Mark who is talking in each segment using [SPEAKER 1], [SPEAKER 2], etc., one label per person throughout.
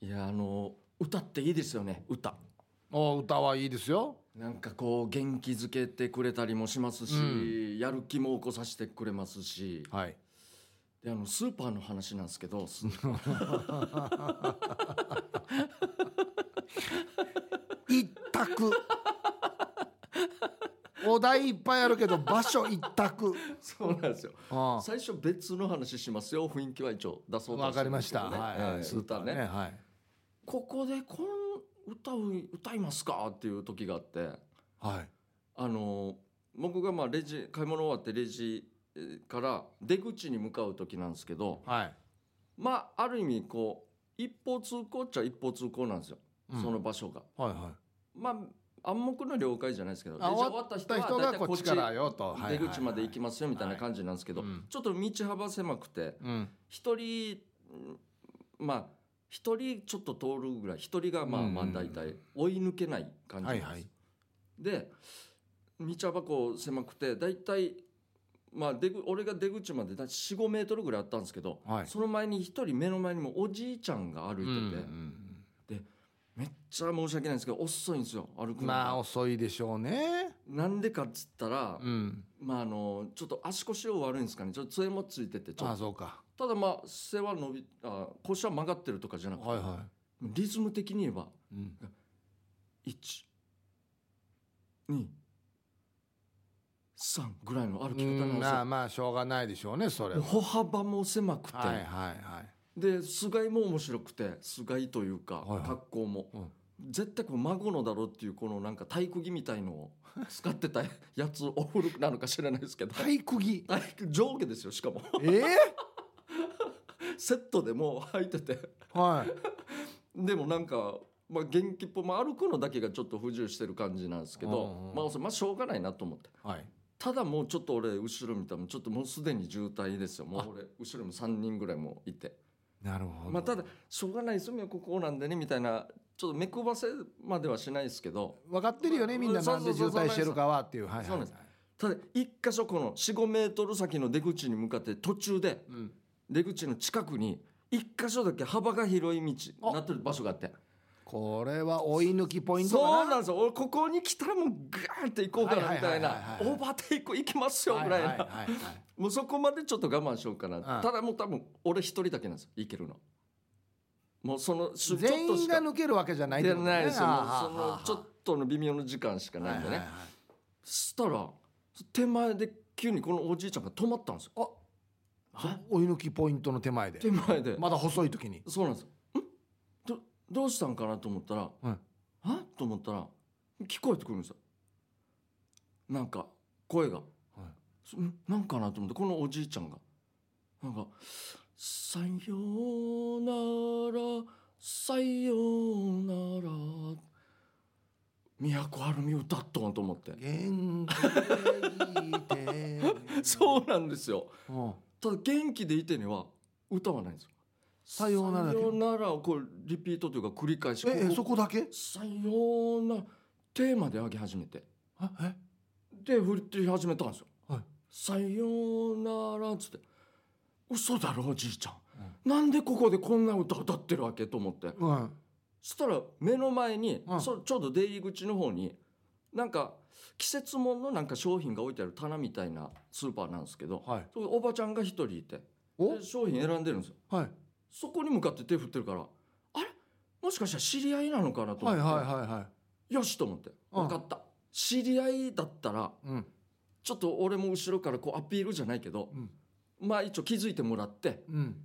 [SPEAKER 1] いやあの歌っていいですよね歌
[SPEAKER 2] お歌はいいですよ
[SPEAKER 1] なんかこう元気づけてくれたりもしますし、やる気も起こさせてくれますし
[SPEAKER 2] はい
[SPEAKER 1] であのスーパーの話なんですけど す
[SPEAKER 2] 一択 お題いっぱいあるけど場所一択
[SPEAKER 1] そうなんですよ
[SPEAKER 2] あ
[SPEAKER 1] 最初別の話しますよ雰囲気は一応出そう
[SPEAKER 2] あ
[SPEAKER 1] と
[SPEAKER 2] わかりまし
[SPEAKER 1] してる
[SPEAKER 2] た、
[SPEAKER 1] んですけどね
[SPEAKER 2] はいは
[SPEAKER 1] ええ
[SPEAKER 2] い、
[SPEAKER 1] 歌ね
[SPEAKER 2] はい
[SPEAKER 1] ここでこの歌う歌いますかっていう時があって
[SPEAKER 2] はい
[SPEAKER 1] あの僕がまあレジ買い物終わってレジえーから出口に向かう時なんですけど
[SPEAKER 2] はい、
[SPEAKER 1] まあある意味こう一方通行っちゃ一方通行なんですよ、
[SPEAKER 2] うん
[SPEAKER 1] その場所が。
[SPEAKER 2] はいはい
[SPEAKER 1] まあ暗黙の了解じゃないですけどレ
[SPEAKER 2] あ
[SPEAKER 1] ジ終
[SPEAKER 2] 終
[SPEAKER 1] わ
[SPEAKER 2] わ
[SPEAKER 1] っ
[SPEAKER 2] ったた
[SPEAKER 1] 人
[SPEAKER 2] 人
[SPEAKER 1] は大
[SPEAKER 2] が
[SPEAKER 1] 体
[SPEAKER 2] こ
[SPEAKER 1] こ
[SPEAKER 2] っ
[SPEAKER 1] っ
[SPEAKER 2] ち
[SPEAKER 1] ち
[SPEAKER 2] からよと、はい
[SPEAKER 1] 出口まで行きますよみたいな感じなんですけど、
[SPEAKER 2] うん
[SPEAKER 1] ちょっと道幅狭くて
[SPEAKER 2] うん
[SPEAKER 1] 一人うんまあ一人ちょっと通るぐらい一人がまあ
[SPEAKER 2] うん
[SPEAKER 1] まあ大体追い抜けない感じなんです、
[SPEAKER 2] はいはい
[SPEAKER 1] で道幅こう狭くて大体まあ出ぐ俺が出口まで4 5メートルぐらいあったんですけど、
[SPEAKER 2] はい
[SPEAKER 1] その前に一人目の前にもおじいちゃんが歩いてて、めっちゃ申し訳ないんですけど遅いんですよ歩くのが
[SPEAKER 2] まあ遅いでしょうね
[SPEAKER 1] なんでかっつったら、
[SPEAKER 2] うん
[SPEAKER 1] まああのちょっと足腰を悪いんですかねちょっと杖もついててちょっ
[SPEAKER 2] あ
[SPEAKER 1] と
[SPEAKER 2] あそうか
[SPEAKER 1] ただまあ背は伸びあ腰は曲がってるとかじゃなくて、
[SPEAKER 2] はいは
[SPEAKER 1] リズム的に言えば
[SPEAKER 2] い、うん、
[SPEAKER 1] 123ぐらいの歩き方なん
[SPEAKER 2] うん
[SPEAKER 1] です
[SPEAKER 2] まあ
[SPEAKER 1] よ。
[SPEAKER 2] まあしょうがないでしょうねそれは
[SPEAKER 1] 歩幅も狭くて、
[SPEAKER 2] はいはいはい
[SPEAKER 1] で菅井も面白くて菅井というか、
[SPEAKER 2] はいはい
[SPEAKER 1] 格好も、
[SPEAKER 2] うん
[SPEAKER 1] 絶対こう孫のだろうっていうこのなんか体育着みたいのを 使ってた やつお古くなのか知らないですけど
[SPEAKER 2] 体育着
[SPEAKER 1] 体育上下ですよしかも
[SPEAKER 2] えー、
[SPEAKER 1] セットでもう履いてて
[SPEAKER 2] はい
[SPEAKER 1] でもなんか、まあ、元気っぽい、まあ、歩くのだけがちょっと不自由してる感じなんですけど、
[SPEAKER 2] うんうん
[SPEAKER 1] まあ、まあしょうがないなと思って
[SPEAKER 2] はい
[SPEAKER 1] ただもうちょっと俺後ろ見たらちょっともうすでに渋滞ですよもう俺後ろに3人ぐらいもいて
[SPEAKER 2] なるほど
[SPEAKER 1] まあただしょうがないですよここなんでねみたいなちょっと目くばせまではしないですけど
[SPEAKER 2] 分かってるよねみんな
[SPEAKER 1] そう
[SPEAKER 2] な
[SPEAKER 1] そ
[SPEAKER 2] ん
[SPEAKER 1] うそ
[SPEAKER 2] で
[SPEAKER 1] うそう
[SPEAKER 2] 渋滞してるかはっていうはいはい
[SPEAKER 1] そうなんですただ一箇所この45メートル先の出口に向かって途中で
[SPEAKER 2] うん、
[SPEAKER 1] 出口の近くに一箇所だけ幅が広い道
[SPEAKER 2] あ
[SPEAKER 1] なってる場所があって
[SPEAKER 2] これは追い抜きポイントか
[SPEAKER 1] そうなん
[SPEAKER 2] な
[SPEAKER 1] ですよ俺ここに来たらもうガーンって行こうかなみたい
[SPEAKER 2] はいはい
[SPEAKER 1] な
[SPEAKER 2] はいはいはい
[SPEAKER 1] オーバーテイク行きますよぐらい
[SPEAKER 2] はいはい
[SPEAKER 1] な
[SPEAKER 2] はいはい
[SPEAKER 1] もうそこまでちょっと我慢しようかな
[SPEAKER 2] うん
[SPEAKER 1] ただもう多分俺一人だけなんですよ行けるのもうそのちょっと
[SPEAKER 2] 全
[SPEAKER 1] し
[SPEAKER 2] 員が
[SPEAKER 1] か
[SPEAKER 2] 抜けるわけじゃないって
[SPEAKER 1] 出
[SPEAKER 2] ことね
[SPEAKER 1] ないですよもう
[SPEAKER 2] あ
[SPEAKER 1] そ
[SPEAKER 2] ーはーは
[SPEAKER 1] の
[SPEAKER 2] ー
[SPEAKER 1] ちょっとの微妙な時間しかないんで
[SPEAKER 2] はい
[SPEAKER 1] ね
[SPEAKER 2] はいはい
[SPEAKER 1] そしたら手前で急にこのおじいちゃんが止まったんですよ
[SPEAKER 2] そ追い抜きポイントの手前で
[SPEAKER 1] 手前で
[SPEAKER 2] まだ細い時に
[SPEAKER 1] そうなんですよんどどうしたんかなと思ったら
[SPEAKER 2] うん
[SPEAKER 1] あと思ったら聞こえてくるんですよなんか声がそんなんかなと思ってこのおじいちゃんがなんか「さようならさようなら」都はるみ歌っとんと思って
[SPEAKER 2] 元気 でいて
[SPEAKER 1] そうなんですよ
[SPEAKER 2] うん
[SPEAKER 1] ただ元気でいてには歌はないんですよ
[SPEAKER 2] さようならだ
[SPEAKER 1] さ
[SPEAKER 2] け
[SPEAKER 1] ようならをこうリピートというか繰り返し
[SPEAKER 2] ええ
[SPEAKER 1] こ
[SPEAKER 2] そこだけ
[SPEAKER 1] うさようならテーマで上げ始めて
[SPEAKER 2] あえ
[SPEAKER 1] で振り始めたんですよ。
[SPEAKER 2] はい
[SPEAKER 1] さようならっつって嘘だろおじいちゃん、なんでここでこんな歌歌ってるわけと思って
[SPEAKER 2] うん
[SPEAKER 1] そしたら目の前に、
[SPEAKER 2] うん
[SPEAKER 1] そちょうど出入り口の方になんか季節物のなんか商品が置いてある棚みたいなスーパーなんですけど、
[SPEAKER 2] はい
[SPEAKER 1] そこにおばちゃんが一人いて
[SPEAKER 2] お
[SPEAKER 1] で商品選んでるんですよ
[SPEAKER 2] はい
[SPEAKER 1] そこに向かって手振ってるからあれもしかしたら知り合いなのかなと思
[SPEAKER 2] は
[SPEAKER 1] っ
[SPEAKER 2] いはい
[SPEAKER 1] て、
[SPEAKER 2] はいは
[SPEAKER 1] よしと思って
[SPEAKER 2] う
[SPEAKER 1] 分
[SPEAKER 2] ん
[SPEAKER 1] かった、知り合いだったら
[SPEAKER 2] いうん
[SPEAKER 1] ちょっと俺も後ろからこうアピールじゃないけど、
[SPEAKER 2] うん
[SPEAKER 1] まあ一応気づいてもらって
[SPEAKER 2] うん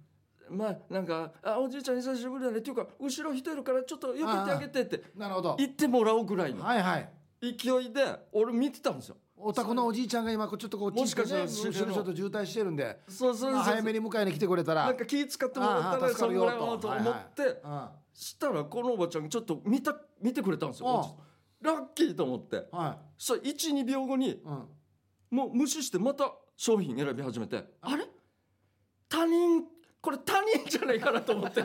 [SPEAKER 1] まあなんか「あおじいちゃん久しぶりだね」っていうか「後ろ人いるからちょっとよけてあげて」って
[SPEAKER 2] なるほど
[SPEAKER 1] 言ってもらおうぐらいの
[SPEAKER 2] はいはい
[SPEAKER 1] 勢いで俺見てたんですよ。
[SPEAKER 2] お宅のおじいちゃんが今こうちょっとこう
[SPEAKER 1] もしかしたら
[SPEAKER 2] ちょっとね後ろちょっと渋滞してるんで
[SPEAKER 1] そうそう
[SPEAKER 2] ま
[SPEAKER 1] そう
[SPEAKER 2] あ早めに迎えに来てくれたら
[SPEAKER 1] なんか気使ってもらった
[SPEAKER 2] あ
[SPEAKER 1] ら
[SPEAKER 2] あ助か
[SPEAKER 1] そ
[SPEAKER 2] る
[SPEAKER 1] の
[SPEAKER 2] よ
[SPEAKER 1] ぐらいはと
[SPEAKER 2] と
[SPEAKER 1] 思って、
[SPEAKER 2] うん
[SPEAKER 1] したらこのおばちゃんがちょっと見た見てくれたんですよ。
[SPEAKER 2] ああ
[SPEAKER 1] おじいちゃんラッキーと思って
[SPEAKER 2] は
[SPEAKER 1] そしたら12秒後に
[SPEAKER 2] いうん
[SPEAKER 1] もう無視してまた商品選び始めてあれ他人これ他人じゃないかなと思 って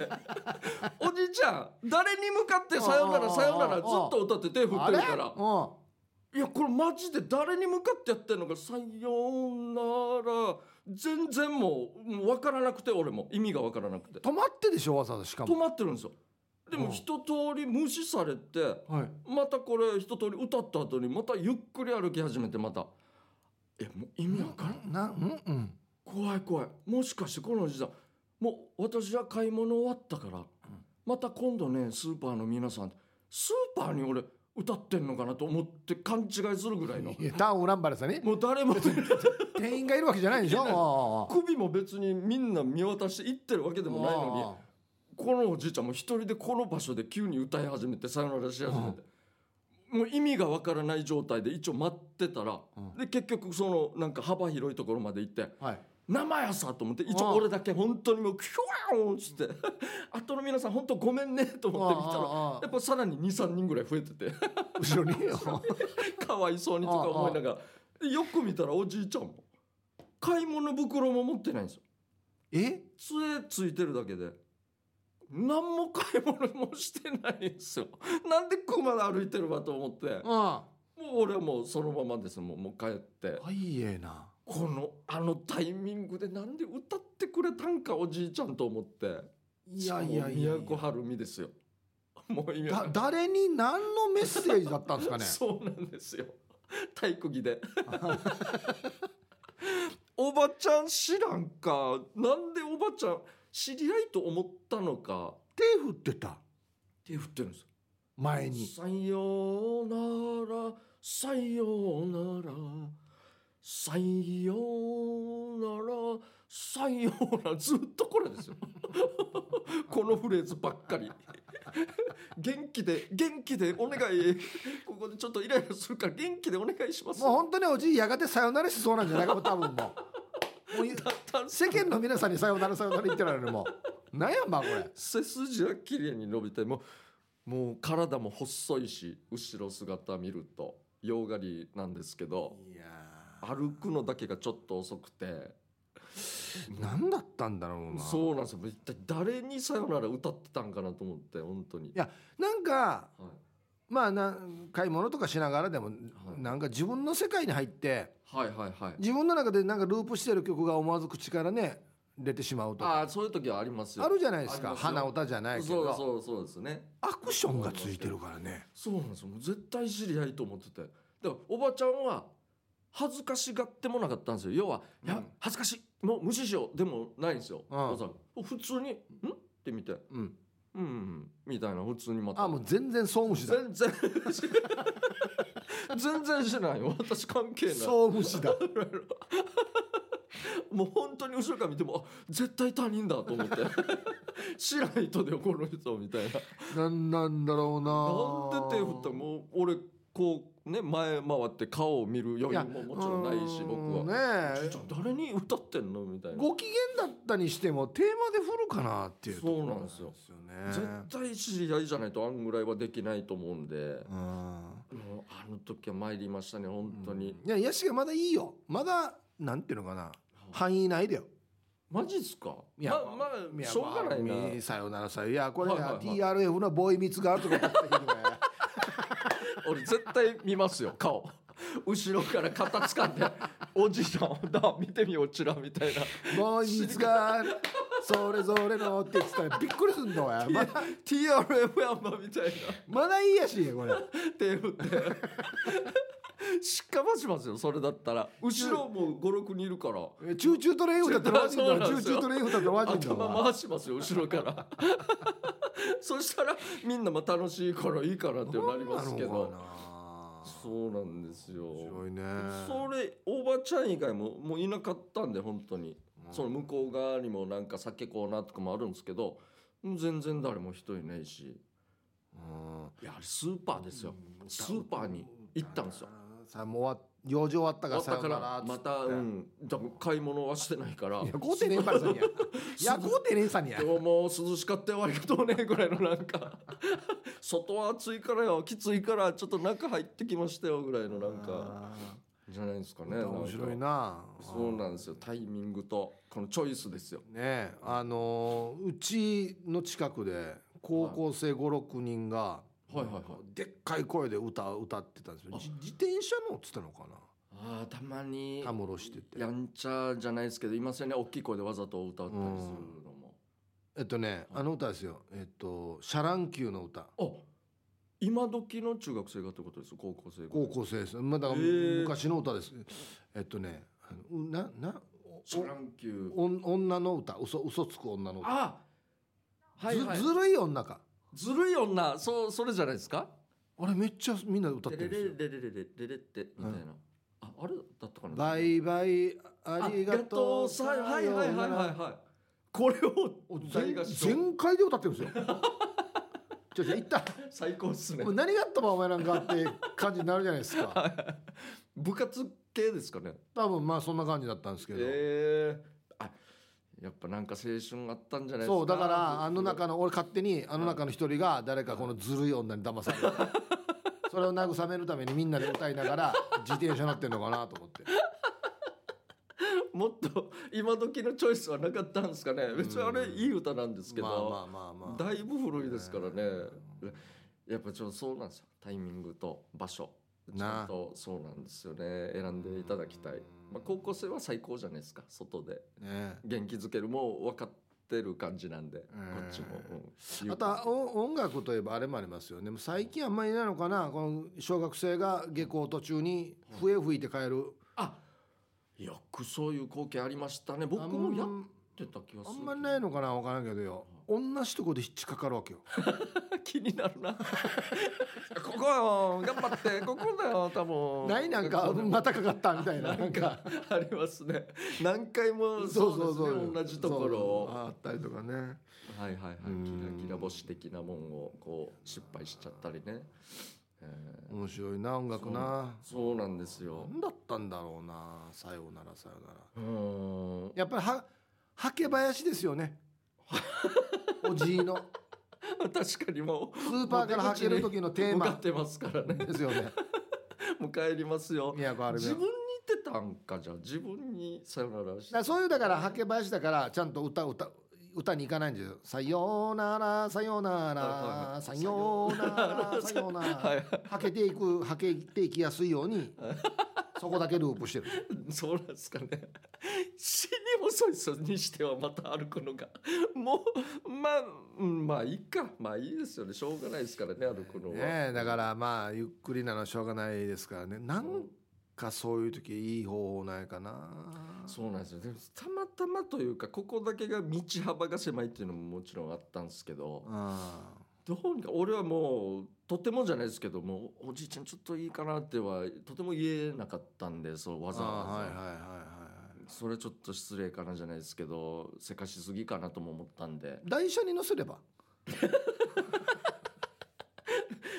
[SPEAKER 1] おじいちゃん誰に向かって「さよなら
[SPEAKER 2] あー
[SPEAKER 1] さよなら」
[SPEAKER 2] あ
[SPEAKER 1] ずっ
[SPEAKER 2] ー
[SPEAKER 1] と歌って手振ってるか
[SPEAKER 2] あれ
[SPEAKER 1] ら
[SPEAKER 2] うん
[SPEAKER 1] いやこれマジで誰に向かってやってんのか「さよなら」全然もうもう分からなくて俺も意味が分からなくて
[SPEAKER 2] 止まってでしょわざわざしか
[SPEAKER 1] 止
[SPEAKER 2] も
[SPEAKER 1] まってるんですよ。でも一通り無視されて、
[SPEAKER 2] はい
[SPEAKER 1] またこれ一通り歌った後にまたゆっくり歩き始めてまたえもう意味わからん
[SPEAKER 2] なうんうん
[SPEAKER 1] 怖い怖いもしかしてこのおじさんもう私は買い物終わったから、また今度ねスーパーの皆さんスーパーに俺歌ってんのかなと思って勘違いするぐらいの
[SPEAKER 2] いやダウンランバルさんね
[SPEAKER 1] もう誰も
[SPEAKER 2] 店員がいるわけじゃないでし
[SPEAKER 1] いや
[SPEAKER 2] ょ
[SPEAKER 1] 首も別にみんな見渡して行ってるわけで
[SPEAKER 2] で
[SPEAKER 1] もないのにこのおじいちゃんも一人でこの場所で急に歌い始めてさよならし始めて、もう意味がわからない状態で一応待ってたら、
[SPEAKER 2] うん
[SPEAKER 1] で結局そのなんか幅広いところまで行って
[SPEAKER 2] はい
[SPEAKER 1] 生やさと思って一
[SPEAKER 2] ああ
[SPEAKER 1] 応俺だけ本当にもうキュワーンっつって 後の皆さん本当ごめんねと思って見たら
[SPEAKER 2] ああああ
[SPEAKER 1] やっぱさらに23人ぐらい増えて て
[SPEAKER 2] 後ろに
[SPEAKER 1] かわいそうにとか思いながらでよく見たらおじいちゃんも買い物袋も持ってないんですよ
[SPEAKER 2] え
[SPEAKER 1] 杖ついてるだけで何も買い物もしてないんですよ なんでここまで歩いてるわと思ってもう
[SPEAKER 2] あ
[SPEAKER 1] 俺はもうそのままですもうもう帰って
[SPEAKER 2] あいいえな
[SPEAKER 1] このあのタイミングでなんで歌ってくれたんかおじいちゃんと思って
[SPEAKER 2] いやいやいや
[SPEAKER 1] もう都はるみですよもう意味わか
[SPEAKER 2] だ
[SPEAKER 1] んない
[SPEAKER 2] 誰に何のメッセージだったんですか ね
[SPEAKER 1] そうなんですよ体育着で おばちゃん知らんかなんでおばちゃん知り合いと思ったのか
[SPEAKER 2] 手振ってた
[SPEAKER 1] 手振ってるんですよ
[SPEAKER 2] 前に
[SPEAKER 1] さようなら、さようなら、さようなら、さようなら、 ずっとこれですよ。このフレーズばっかり。 元気で、元気でお願い。ここでちょっとイライラするから元気でお願いします。
[SPEAKER 2] もう本当におじいやがてさよならしそうなんじゃないかも多分も うもうい
[SPEAKER 1] だったんです
[SPEAKER 2] 世間の皆さんにさよならさよなら言ってられるもうなんやまあこれ
[SPEAKER 1] 背筋は綺麗に伸びてもうもう体も細いし後ろ姿見ると洋刈りなんですけど
[SPEAKER 2] いや
[SPEAKER 1] 歩くのだけがちょっと遅くて
[SPEAKER 2] 何だったんだろうな
[SPEAKER 1] そうなんですよ一体誰に「さよなら」歌ってたんかなと思って本当に
[SPEAKER 2] い、やなんか
[SPEAKER 1] はい
[SPEAKER 2] まあな買い物とかしながらでも、
[SPEAKER 1] い
[SPEAKER 2] なんか自分の世界に入って
[SPEAKER 1] はいはいはい
[SPEAKER 2] 自分の中でなんかループしてる曲が思わず口からね出てしまうと
[SPEAKER 1] あ
[SPEAKER 2] か
[SPEAKER 1] あそういう時はありますよ
[SPEAKER 2] あるじゃないで
[SPEAKER 1] あ
[SPEAKER 2] すか
[SPEAKER 1] りますよ
[SPEAKER 2] 花歌じゃないけ
[SPEAKER 1] そう
[SPEAKER 2] ど
[SPEAKER 1] そうそうですね
[SPEAKER 2] アクションがついてるからね
[SPEAKER 1] そうなんですよもう絶対知り合いと思っててだからおばちゃんは恥ずかしがってもなかったんですよ要は「いや、
[SPEAKER 2] うん
[SPEAKER 1] 恥ずかしいもう無視しよう」でもないんですよ、
[SPEAKER 2] うん
[SPEAKER 1] おばさん普通に「ん?」って見て「
[SPEAKER 2] うん
[SPEAKER 1] うんうんうん」みたいな普通にまた
[SPEAKER 2] あもう全然総無視だ
[SPEAKER 1] 全然全然しないよ私関係ない
[SPEAKER 2] 総無視だ
[SPEAKER 1] もう本当に後ろから見てもあ絶対他人だと思って知らん人でこの人みたいな
[SPEAKER 2] なんなんだろうな
[SPEAKER 1] なんで手振ったもう俺こうね前回って顔を見る余裕ももちろんないし
[SPEAKER 2] うーん
[SPEAKER 1] 僕は「ち
[SPEAKER 2] ね
[SPEAKER 1] ょちょ誰に歌ってんの?」みたいな
[SPEAKER 2] ご機嫌だったにしてもテーマで振るかなっていうところ
[SPEAKER 1] そうなんですよ
[SPEAKER 2] なんです
[SPEAKER 1] 絶
[SPEAKER 2] よね
[SPEAKER 1] 対知り合いじゃないとあんぐらいはできないと思うんで、
[SPEAKER 2] うん
[SPEAKER 1] もうあの時は参りましたね本当に、
[SPEAKER 2] いやヤシがまだいいよまだなんていうのかな範囲内だよ
[SPEAKER 1] マジっすか
[SPEAKER 2] いや
[SPEAKER 1] まあま
[SPEAKER 2] い
[SPEAKER 1] あ
[SPEAKER 2] や
[SPEAKER 1] しょうがないな、
[SPEAKER 2] まあみさよならさよいやこれ、
[SPEAKER 1] はいはいはい
[SPEAKER 2] TRF のボーイミツがあるとかだったけどね
[SPEAKER 1] 俺絶対見ますよ顔後ろから肩掴んで「おじいちゃんだ見てみようちら」みたいな
[SPEAKER 2] ボーイミツがそれぞれのって言ってたらびっくりすん だわまだ
[SPEAKER 1] 「TRF やんば」みたいな
[SPEAKER 2] まだいいやしこれ
[SPEAKER 1] 手振ってしっかばしますよそれだったら後ろもう56人いるから
[SPEAKER 2] えチューチュートレイン歌ったらマジンだわチ
[SPEAKER 1] そうな
[SPEAKER 2] ュー
[SPEAKER 1] んで
[SPEAKER 2] チ
[SPEAKER 1] す
[SPEAKER 2] ュ
[SPEAKER 1] よ
[SPEAKER 2] ートレイン歌ったらマジンだわ
[SPEAKER 1] 頭回しますよ後ろからそしたらみんなも楽しいからいいからってなりますけ
[SPEAKER 2] そう
[SPEAKER 1] ど
[SPEAKER 2] なのかな
[SPEAKER 1] そうなんです
[SPEAKER 2] 面
[SPEAKER 1] よ
[SPEAKER 2] 白いね
[SPEAKER 1] それおばちゃん以外ももういなかったんで本当にその向こう側にもなんか酒コーナーとかもあるんですけど全然誰も人いないし
[SPEAKER 2] うん
[SPEAKER 1] いやあれスーパーですよスーパーに行ったんですよ
[SPEAKER 2] さあもう終わっ用事終わった
[SPEAKER 1] だっ
[SPEAKER 2] から
[SPEAKER 1] たか
[SPEAKER 2] さよなら
[SPEAKER 1] ら
[SPEAKER 2] っつ
[SPEAKER 1] ま
[SPEAKER 2] って
[SPEAKER 1] たうんだから買い物はしてないから
[SPEAKER 2] いやこうてねえば さんやいやこうてねえさんや
[SPEAKER 1] 今日も涼しかったよありがとうねぐらいのなんか 外は暑いからよきついからちょっと中入ってきましたよぐらいのなんか
[SPEAKER 2] あ
[SPEAKER 1] じゃないですかね
[SPEAKER 2] ー面白い
[SPEAKER 1] んか
[SPEAKER 2] な
[SPEAKER 1] そうなんですよタイミングとこのチョイスですよ
[SPEAKER 2] ねえあのーうちの近くで高校生56人が
[SPEAKER 1] いはいはいはい
[SPEAKER 2] でっかい声で歌歌ってたんですよじ自転車のっつったのかな
[SPEAKER 1] ああたまに
[SPEAKER 2] たむろしてて
[SPEAKER 1] やんちゃじゃないですけどいますよね大きい声でわざと歌ったりするのも
[SPEAKER 2] えっとね、あの歌ですよ。えっと、シャランキューの歌。
[SPEAKER 1] あ今時の中学生がってことです高校生が
[SPEAKER 2] 高校生です。まあだから
[SPEAKER 1] へー
[SPEAKER 2] 昔の歌です。えっとね、あのな、な、
[SPEAKER 1] シャランキュー
[SPEAKER 2] お女の歌、嘘、嘘つく女の歌。
[SPEAKER 1] あはいはい
[SPEAKER 2] ずずるい女か。
[SPEAKER 1] ずるい女そうそれじゃないですか
[SPEAKER 2] あれめっちゃみんな歌っ
[SPEAKER 1] レ
[SPEAKER 2] てる
[SPEAKER 1] レ
[SPEAKER 2] んです
[SPEAKER 1] レ
[SPEAKER 2] よ。
[SPEAKER 1] レレレレレってみたいな、ああれだったかな
[SPEAKER 2] バイバイ、ありがとう。
[SPEAKER 1] さはいはいはいはいはいはいこれを大
[SPEAKER 2] 全
[SPEAKER 1] 合唱
[SPEAKER 2] 全開で歌ってるんですよ。 ちょちょ、一旦、
[SPEAKER 1] 最高っす ね
[SPEAKER 2] お前何があったばお前なんかって感じになるじゃないですか。
[SPEAKER 1] 部活系ですかね
[SPEAKER 2] 多分まあそんな感じだったんですけど。
[SPEAKER 1] ええあやっぱなんか青春あったんじゃないですか
[SPEAKER 2] そうだからあの
[SPEAKER 1] は
[SPEAKER 2] 中の俺勝手にあの中の一人が誰かこのずるい女に騙されたそれを慰めるためにみんなで歌いながら自転車乗ってんのかなと思って
[SPEAKER 1] いもっと今時のチョイスはなかったんですかね別にあれいい歌なんですけど、
[SPEAKER 2] まあまあまあまあ
[SPEAKER 1] だいぶ古いですからね、やっぱちょっとそうなんですよタイミングと場所ち
[SPEAKER 2] なあ
[SPEAKER 1] ゃんとそうなんですよね選んでいただきたい、まあ、高校生は最高じゃないですか外で
[SPEAKER 2] ね
[SPEAKER 1] 元気づけるも分かってる感じなんで、
[SPEAKER 2] ん
[SPEAKER 1] こっちも、うん
[SPEAKER 2] あとはお音楽といえばあれもありますよねもう最近あんまりいないのかなこの小学生が下校途中に笛吹いて帰る
[SPEAKER 1] あよくそういう光景ありましたね僕もやってた気が
[SPEAKER 2] あ
[SPEAKER 1] する
[SPEAKER 2] んまりないのかな分からんけどよ同じとこで引っかかるわけよ
[SPEAKER 1] 気になるなここよ頑張ってここだよ多分
[SPEAKER 2] ないなんか
[SPEAKER 1] ここだよ
[SPEAKER 2] またかかったみたいななんか
[SPEAKER 1] ありますね何回も そうですね同じところを
[SPEAKER 2] そうあったりとかね
[SPEAKER 1] はいはいはい
[SPEAKER 2] うん
[SPEAKER 1] キラキラ星的なもんをこう失敗しちゃったりね、えー
[SPEAKER 2] 面白いな音楽な
[SPEAKER 1] そうなんですよ
[SPEAKER 2] 何だったんだろうなさようならさようなら
[SPEAKER 1] うーん
[SPEAKER 2] やっぱりははけ林ですよ ねおじいの
[SPEAKER 1] 確かにもう
[SPEAKER 2] スーパーからはける時のテー
[SPEAKER 1] 向か
[SPEAKER 2] マ
[SPEAKER 1] ってますからね
[SPEAKER 2] ですよね
[SPEAKER 1] もう帰りますよ
[SPEAKER 2] 宮古アルビ
[SPEAKER 1] 自
[SPEAKER 2] オ
[SPEAKER 1] 分に言ってたんかじゃあ自分にさよならし
[SPEAKER 2] だからそういうだからはけ林だからちゃんと歌歌歌に行かないんですよ「さようならさような
[SPEAKER 1] はいは
[SPEAKER 2] ら
[SPEAKER 1] い
[SPEAKER 2] さようならさようなら」
[SPEAKER 1] はいはい
[SPEAKER 2] はけていくはけていきやすいようにそこだけループしてる
[SPEAKER 1] そうなんですかね死に遅いですよにしてはまた歩くのが もうまあうんまあいいかまあいいですよねしょうがないですからね歩くのは、
[SPEAKER 2] ねえだからまあゆっくりなのはしょうがないですからねなんかそういう時いい方法ないかな
[SPEAKER 1] そうなんですよでもたまたまというかここだけが道幅が狭いっていうのももちろんあったんですけど
[SPEAKER 2] あ
[SPEAKER 1] どうにか俺はもうとてもじゃないですけどもおじいちゃんちょっといいかなってはとても言えなかったんでそうわ
[SPEAKER 2] あ
[SPEAKER 1] ざわざ、
[SPEAKER 2] はいはいはいはい
[SPEAKER 1] それちょっと失礼かなじゃないですけどせかしすぎかなとも思ったんで
[SPEAKER 2] 台車に乗せれば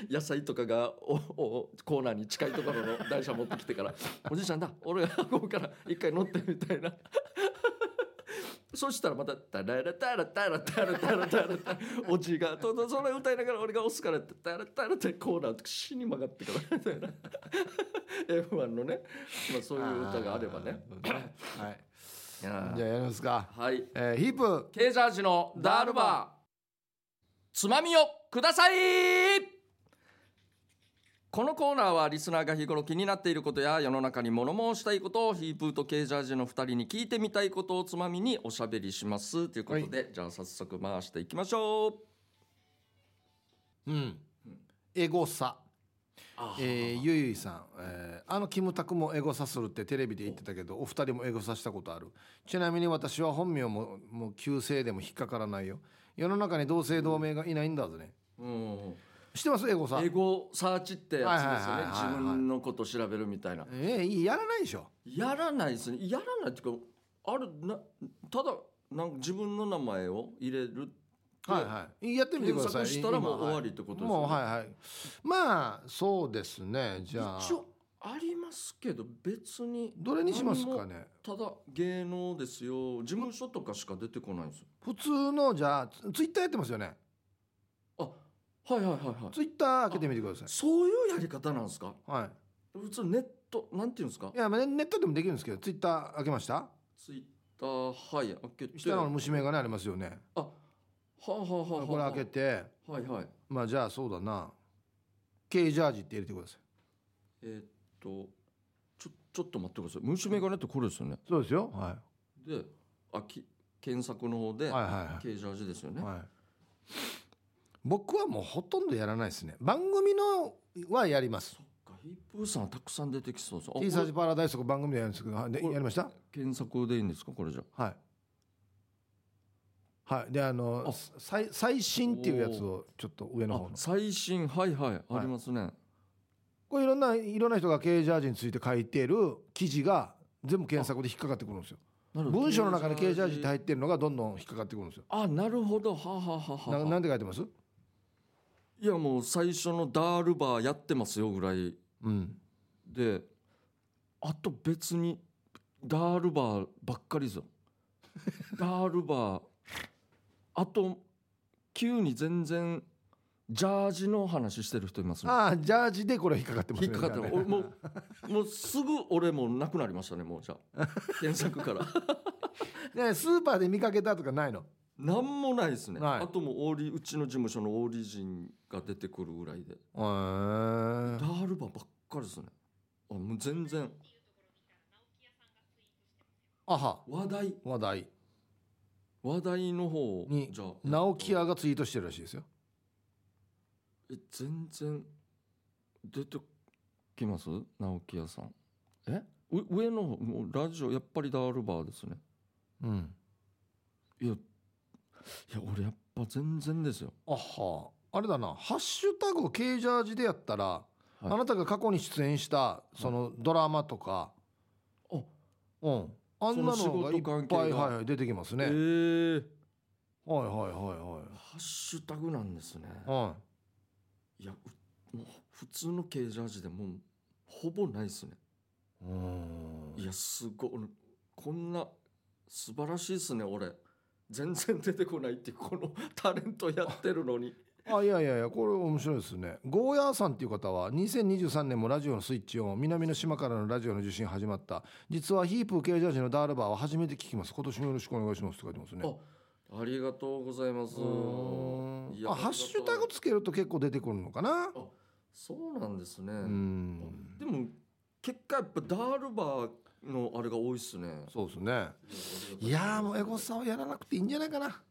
[SPEAKER 1] 野菜とかがおおコーナーに近いところの台車持ってきてから「おじいちゃんだ俺が運ぶから一回乗って」みたいな。そしたらまた「タララタラタラタラタラタラタラ」おじいがととそれ歌いながら俺が押すからって「タラタラ」ってコーナーと死に曲がってからみたいな F1 のね、まあ、そういう歌があればね
[SPEAKER 2] はい
[SPEAKER 1] いやー
[SPEAKER 2] じゃあやりますか、
[SPEAKER 1] はい
[SPEAKER 2] えー、ヒープ
[SPEAKER 1] ケージャージのダールバーつまみをくださいこのコーナーはリスナーが日頃気になっていることや世の中に物申したいことをヒープーとケージャージの2人に聞いてみたいことをつまみにおしゃべりしますということで、じゃあ早速回していきましょう
[SPEAKER 2] うんエゴサ
[SPEAKER 1] あ
[SPEAKER 2] えー、ゆいゆいさん、えーあのキムタクもエゴサするってテレビで言ってたけどお二人もエゴサしたことあるちなみに私は本名ももう旧姓でも引っかからないよ世の中に同姓同名がいないんだぜね
[SPEAKER 1] うん
[SPEAKER 2] 知ってますエゴサ
[SPEAKER 1] エゴサーチってやつですよ
[SPEAKER 2] はいはいはい
[SPEAKER 1] ね
[SPEAKER 2] は
[SPEAKER 1] 自
[SPEAKER 2] いはい
[SPEAKER 1] 分のこと調べるみたいな
[SPEAKER 2] ええやらないでしょ
[SPEAKER 1] やらないですねやらないっていうかあれなただなんか自分の名前を入れるって
[SPEAKER 2] はいはいやってみてください
[SPEAKER 1] 検索したらもう
[SPEAKER 2] 今
[SPEAKER 1] 終わりってことですよね
[SPEAKER 2] もうはいはいまあそうですねじゃあ
[SPEAKER 1] 一応ありますけど別に
[SPEAKER 2] どれにしますか
[SPEAKER 1] 何も
[SPEAKER 2] ね
[SPEAKER 1] ただ芸能ですよ事務所とかしか出てこないんですよ
[SPEAKER 2] 普通のじゃあツツイッターやってますよね
[SPEAKER 1] あはいはいはいはい
[SPEAKER 2] ツイッター開けてみてください
[SPEAKER 1] そういうやり方なんですか
[SPEAKER 2] は
[SPEAKER 1] 普通ネットなんていうんですか
[SPEAKER 2] いいやまあねネットでもできるんですけどツイッター開けました
[SPEAKER 1] ツイッターはい開けて
[SPEAKER 2] 下の虫眼鏡ありますよね
[SPEAKER 1] あはあはあはあはあ
[SPEAKER 2] これ開けて
[SPEAKER 1] はいはい
[SPEAKER 2] まあじゃあそうだな K ジャージって入れてください
[SPEAKER 1] えーっとちょちょっと待ってください虫眼鏡ってこれですよね
[SPEAKER 2] そうですよは
[SPEAKER 1] であき検索の方で
[SPEAKER 2] はいは
[SPEAKER 1] ケージャージですよ
[SPEAKER 2] い
[SPEAKER 1] ね、
[SPEAKER 2] はい、はい、僕はもうほとんどやらないですね番組のはやりま
[SPEAKER 1] そ
[SPEAKER 2] す
[SPEAKER 1] っかヒープーさんはたくさん出てきそうそうあ
[SPEAKER 2] T サー
[SPEAKER 1] こ
[SPEAKER 2] ジパラダイスとか番組でやるんですけどはいで
[SPEAKER 1] これ
[SPEAKER 2] やりました
[SPEAKER 1] れ検索でいいんですかこれじゃ
[SPEAKER 2] はいはいであの
[SPEAKER 1] あ
[SPEAKER 2] 最最新っていうやつをちょっと上の
[SPEAKER 1] あ
[SPEAKER 2] 方の
[SPEAKER 1] 最新はいはい、
[SPEAKER 2] はい
[SPEAKER 1] ありますね
[SPEAKER 2] これいろんないろんな人がケージャージについて書いてる記事が全部検索で引っかかってくるんですよ
[SPEAKER 1] なるほど
[SPEAKER 2] 文章の中にケージャージって入ってるのがどんどん引っかかってくるんですよ
[SPEAKER 1] あなるほどはあはあはあは
[SPEAKER 2] な
[SPEAKER 1] あ
[SPEAKER 2] なんて書いてます
[SPEAKER 1] いやもう最初のダールバーやってますよぐらい
[SPEAKER 2] うん
[SPEAKER 1] であと別にダールバーばっかりですよ ダールバーあと急に全然ジャージの話してる人いますね
[SPEAKER 2] ああジャージでこれ引っかかってます
[SPEAKER 1] 引
[SPEAKER 2] ね
[SPEAKER 1] っかかって
[SPEAKER 2] じゃあ
[SPEAKER 1] る
[SPEAKER 2] ね
[SPEAKER 1] 俺もうもうすぐ俺もなくなりましたねもうじゃあ検索 から
[SPEAKER 2] ねスーパーで見かけたとかないの
[SPEAKER 1] なんもないですね、
[SPEAKER 2] ない
[SPEAKER 1] あともうオーリーうちの事務所のオーリジンが出てくるぐらいで
[SPEAKER 2] へー
[SPEAKER 1] ダールバーばっかりですねあもう全然
[SPEAKER 2] あは
[SPEAKER 1] 話題
[SPEAKER 2] 話題
[SPEAKER 1] 話題の方
[SPEAKER 2] に
[SPEAKER 1] じゃあ
[SPEAKER 2] 直木屋がツイートしてるらしいですよ
[SPEAKER 1] え全然出てきます直木屋さんえう上の方もうラジオやっぱりダールバーですね
[SPEAKER 2] うん
[SPEAKER 1] いやいや俺やっぱ全然ですよ
[SPEAKER 2] あはあれだな「ハッシュタグをケージャージ」でやったら、
[SPEAKER 1] い
[SPEAKER 2] あなたが過去に出演したそのドラマとか、
[SPEAKER 1] あ
[SPEAKER 2] うんあんな
[SPEAKER 1] そ
[SPEAKER 2] の
[SPEAKER 1] の
[SPEAKER 2] がい
[SPEAKER 1] 仕事
[SPEAKER 2] っ
[SPEAKER 1] 関
[SPEAKER 2] ぱ
[SPEAKER 1] 係
[SPEAKER 2] い、
[SPEAKER 1] が
[SPEAKER 2] はいはい、出てきますね、
[SPEAKER 1] えー
[SPEAKER 2] はいはいはいは
[SPEAKER 1] ハッシュタグなんですね
[SPEAKER 2] いはい
[SPEAKER 1] やうもう普通のケージャージでもうほぼないですね
[SPEAKER 2] いうん
[SPEAKER 1] いやすごい俺こんな素晴らしいですね俺全然出てこないっていうこのタレントやってるのに
[SPEAKER 2] あいやいやいやこれ面白いですねゴーヤーさんっていう方は2023年もラジオのスイッチを南の島からのラジオの受信始まった実はヒープーケージャージのダールバーは初めて聞きます今年もよろしくお願いしますって書いてますね
[SPEAKER 1] ありがとうございます
[SPEAKER 2] うーん
[SPEAKER 1] いや
[SPEAKER 2] あハッシュタグつけると結構出てくるのかな
[SPEAKER 1] そうなんですね、
[SPEAKER 2] うん
[SPEAKER 1] でも結果やっぱダールバーのあれが多いっすね
[SPEAKER 2] そうですね
[SPEAKER 1] い
[SPEAKER 2] いやーもうエゴサをやらなくていいんじゃないかな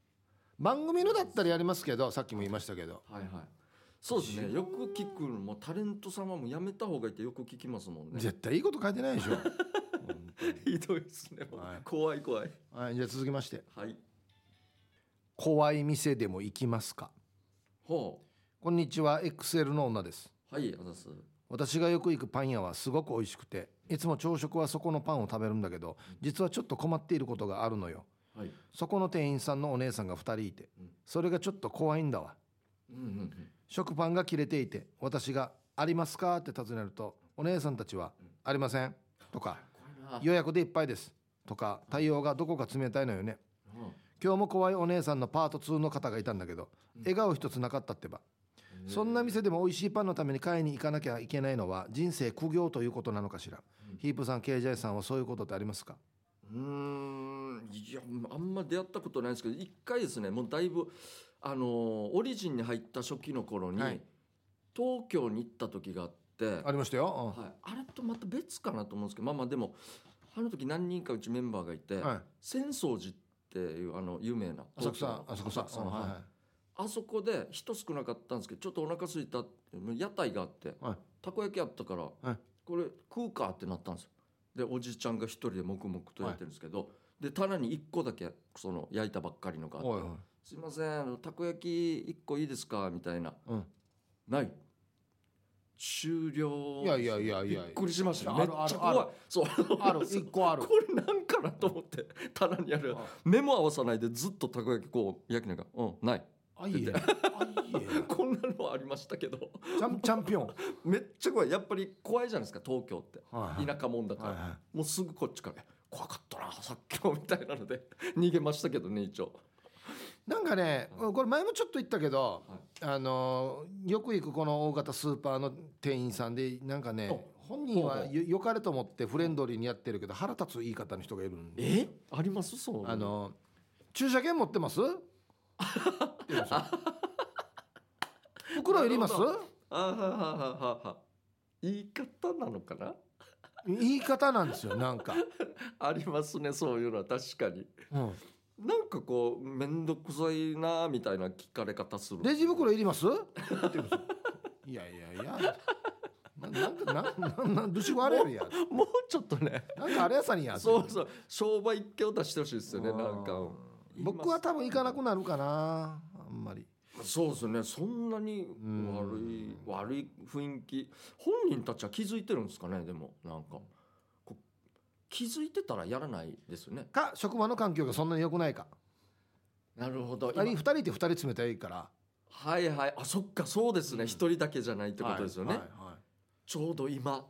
[SPEAKER 2] 番組のだったらやりますけどさっきも言いましたけど
[SPEAKER 1] はいはいそうですねよく聞くのもタレント様もやめた方がいいってよく聞きますもんね
[SPEAKER 2] 絶対いいこと書いてないで しょ、
[SPEAKER 1] ひどいですね、
[SPEAKER 2] はい
[SPEAKER 1] 怖い怖い
[SPEAKER 2] はい、じゃあ続きまして
[SPEAKER 1] はい
[SPEAKER 2] 「怖い店でも行きますか?
[SPEAKER 1] ほ」
[SPEAKER 2] こんにちは XL の女です
[SPEAKER 1] うはいあざす
[SPEAKER 2] 私がよく行くパン屋はすごく美味しくていつも朝食はそこのパンを食べるんだけど実はちょっと困っていることがあるのよ
[SPEAKER 1] はい
[SPEAKER 2] そこの店員さんのお姉さんが2人いて
[SPEAKER 1] うん
[SPEAKER 2] それがちょっと怖いんだわ
[SPEAKER 1] うんうんうん
[SPEAKER 2] 食パンが切れていて私が「ありますか?」って尋ねるとお姉さんたちは
[SPEAKER 1] うん
[SPEAKER 2] 「ありません」とか
[SPEAKER 1] 怖いな
[SPEAKER 2] 「予約でいっぱいです」とか対応がどこか冷たいのよね今日も怖いお姉さんのパート2の方がいたんだけど
[SPEAKER 1] うん
[SPEAKER 2] 笑顔一つなかったってば
[SPEAKER 1] うん
[SPEAKER 2] そんな店でも美味しいパンのために買いに行かなきゃいけないのは人生苦行ということなのかしら、
[SPEAKER 1] うん
[SPEAKER 2] ヒープさん KJ さんはそういうことってありますか
[SPEAKER 1] うーんいやあんま出会ったことないですけど一回ですねもうだいぶあのーオリジンに入った初期の頃に、
[SPEAKER 2] はい
[SPEAKER 1] 東京に行った時があって
[SPEAKER 2] ありましたよ、
[SPEAKER 1] はい、あれとまた別かなと思うんですけどまあまあでもあの時何人かうちメンバーがいて、
[SPEAKER 2] うんはい、
[SPEAKER 1] 浅草寺っていうあの有名な
[SPEAKER 2] 浅草
[SPEAKER 1] 東
[SPEAKER 2] 浅
[SPEAKER 1] 京の
[SPEAKER 2] 草
[SPEAKER 1] 浅草の
[SPEAKER 2] うん
[SPEAKER 1] はいあそこで人少なかったんですけどちょっとお腹空いたってもう屋台があって、
[SPEAKER 2] はい
[SPEAKER 1] たこ焼きあったから、
[SPEAKER 2] はい
[SPEAKER 1] これ食うかってなったんですよでおじいちゃんが一人で黙々とやってるんですけど、で棚に1個だけその焼いたばっかりのがあって
[SPEAKER 2] おいおい
[SPEAKER 1] すいませんあのたこ焼き1個いいですか?」みたいな
[SPEAKER 2] うん
[SPEAKER 1] 「ない」終了
[SPEAKER 2] いやいやいやいや
[SPEAKER 1] びっくりしました
[SPEAKER 2] いや
[SPEAKER 1] め
[SPEAKER 2] あ
[SPEAKER 1] っ
[SPEAKER 2] る
[SPEAKER 1] ちゃ
[SPEAKER 2] ある
[SPEAKER 1] 怖いそう
[SPEAKER 2] ある一個ある
[SPEAKER 1] これなんかなと思って棚にある
[SPEAKER 2] あ
[SPEAKER 1] 目も合わさないでずっとたこ焼きこう焼きながら「うんない」
[SPEAKER 2] あいいえあいいえ
[SPEAKER 1] こんなのはありましたけど
[SPEAKER 2] チャンチャンピオン、
[SPEAKER 1] めっちゃ怖いやっぱり怖いじゃないですか東京って
[SPEAKER 2] はい
[SPEAKER 1] 田舎もんだから、
[SPEAKER 2] はいは
[SPEAKER 1] もうすぐこっちからえ「怖かったなさっきの」みたいなので 逃げましたけどね一応
[SPEAKER 2] い、なんかねこれ前もちょっと言ったけど、
[SPEAKER 1] はい
[SPEAKER 2] あのーよく行くこの大型スーパーの店員さんでなんかね本人
[SPEAKER 1] ほうほ
[SPEAKER 2] はよよかれと思ってフレンドリーにやってるけど腹立つ言い方の人がいるんで
[SPEAKER 1] えありますそう
[SPEAKER 2] あの駐車券持ってますって言 うんですよ袋いります
[SPEAKER 1] なるあはははは言い方なのかな
[SPEAKER 2] 言い方なんですよなんか、
[SPEAKER 1] ありますねそういうのは確かに
[SPEAKER 2] うん
[SPEAKER 1] なんかこう面倒くさいなみたいな聞かれ方する
[SPEAKER 2] レジ袋いりますって言うんですよいやいやいやななんかなんなんなんどしごあれやるや
[SPEAKER 1] もうちょっとね
[SPEAKER 2] なんかあれやさにや
[SPEAKER 1] そう
[SPEAKER 2] う
[SPEAKER 1] そう商売一挙出してほしいですよねなんか
[SPEAKER 2] 僕は多分行かなくなるかなあんまり
[SPEAKER 1] そうですねそんなに
[SPEAKER 2] ん
[SPEAKER 1] 悪い悪い雰囲気本人たちは気づいてるんですかねでもなんかこう気づいてたらやらないですよね
[SPEAKER 2] か職場の環境がそんなに良くないか
[SPEAKER 1] なるほど
[SPEAKER 2] 2人二人って2人詰めたらいいから
[SPEAKER 1] はいはいあそっかそうですね
[SPEAKER 2] うん
[SPEAKER 1] 一、人だけじゃないってことですよね、
[SPEAKER 2] はいはい
[SPEAKER 1] ちょうど今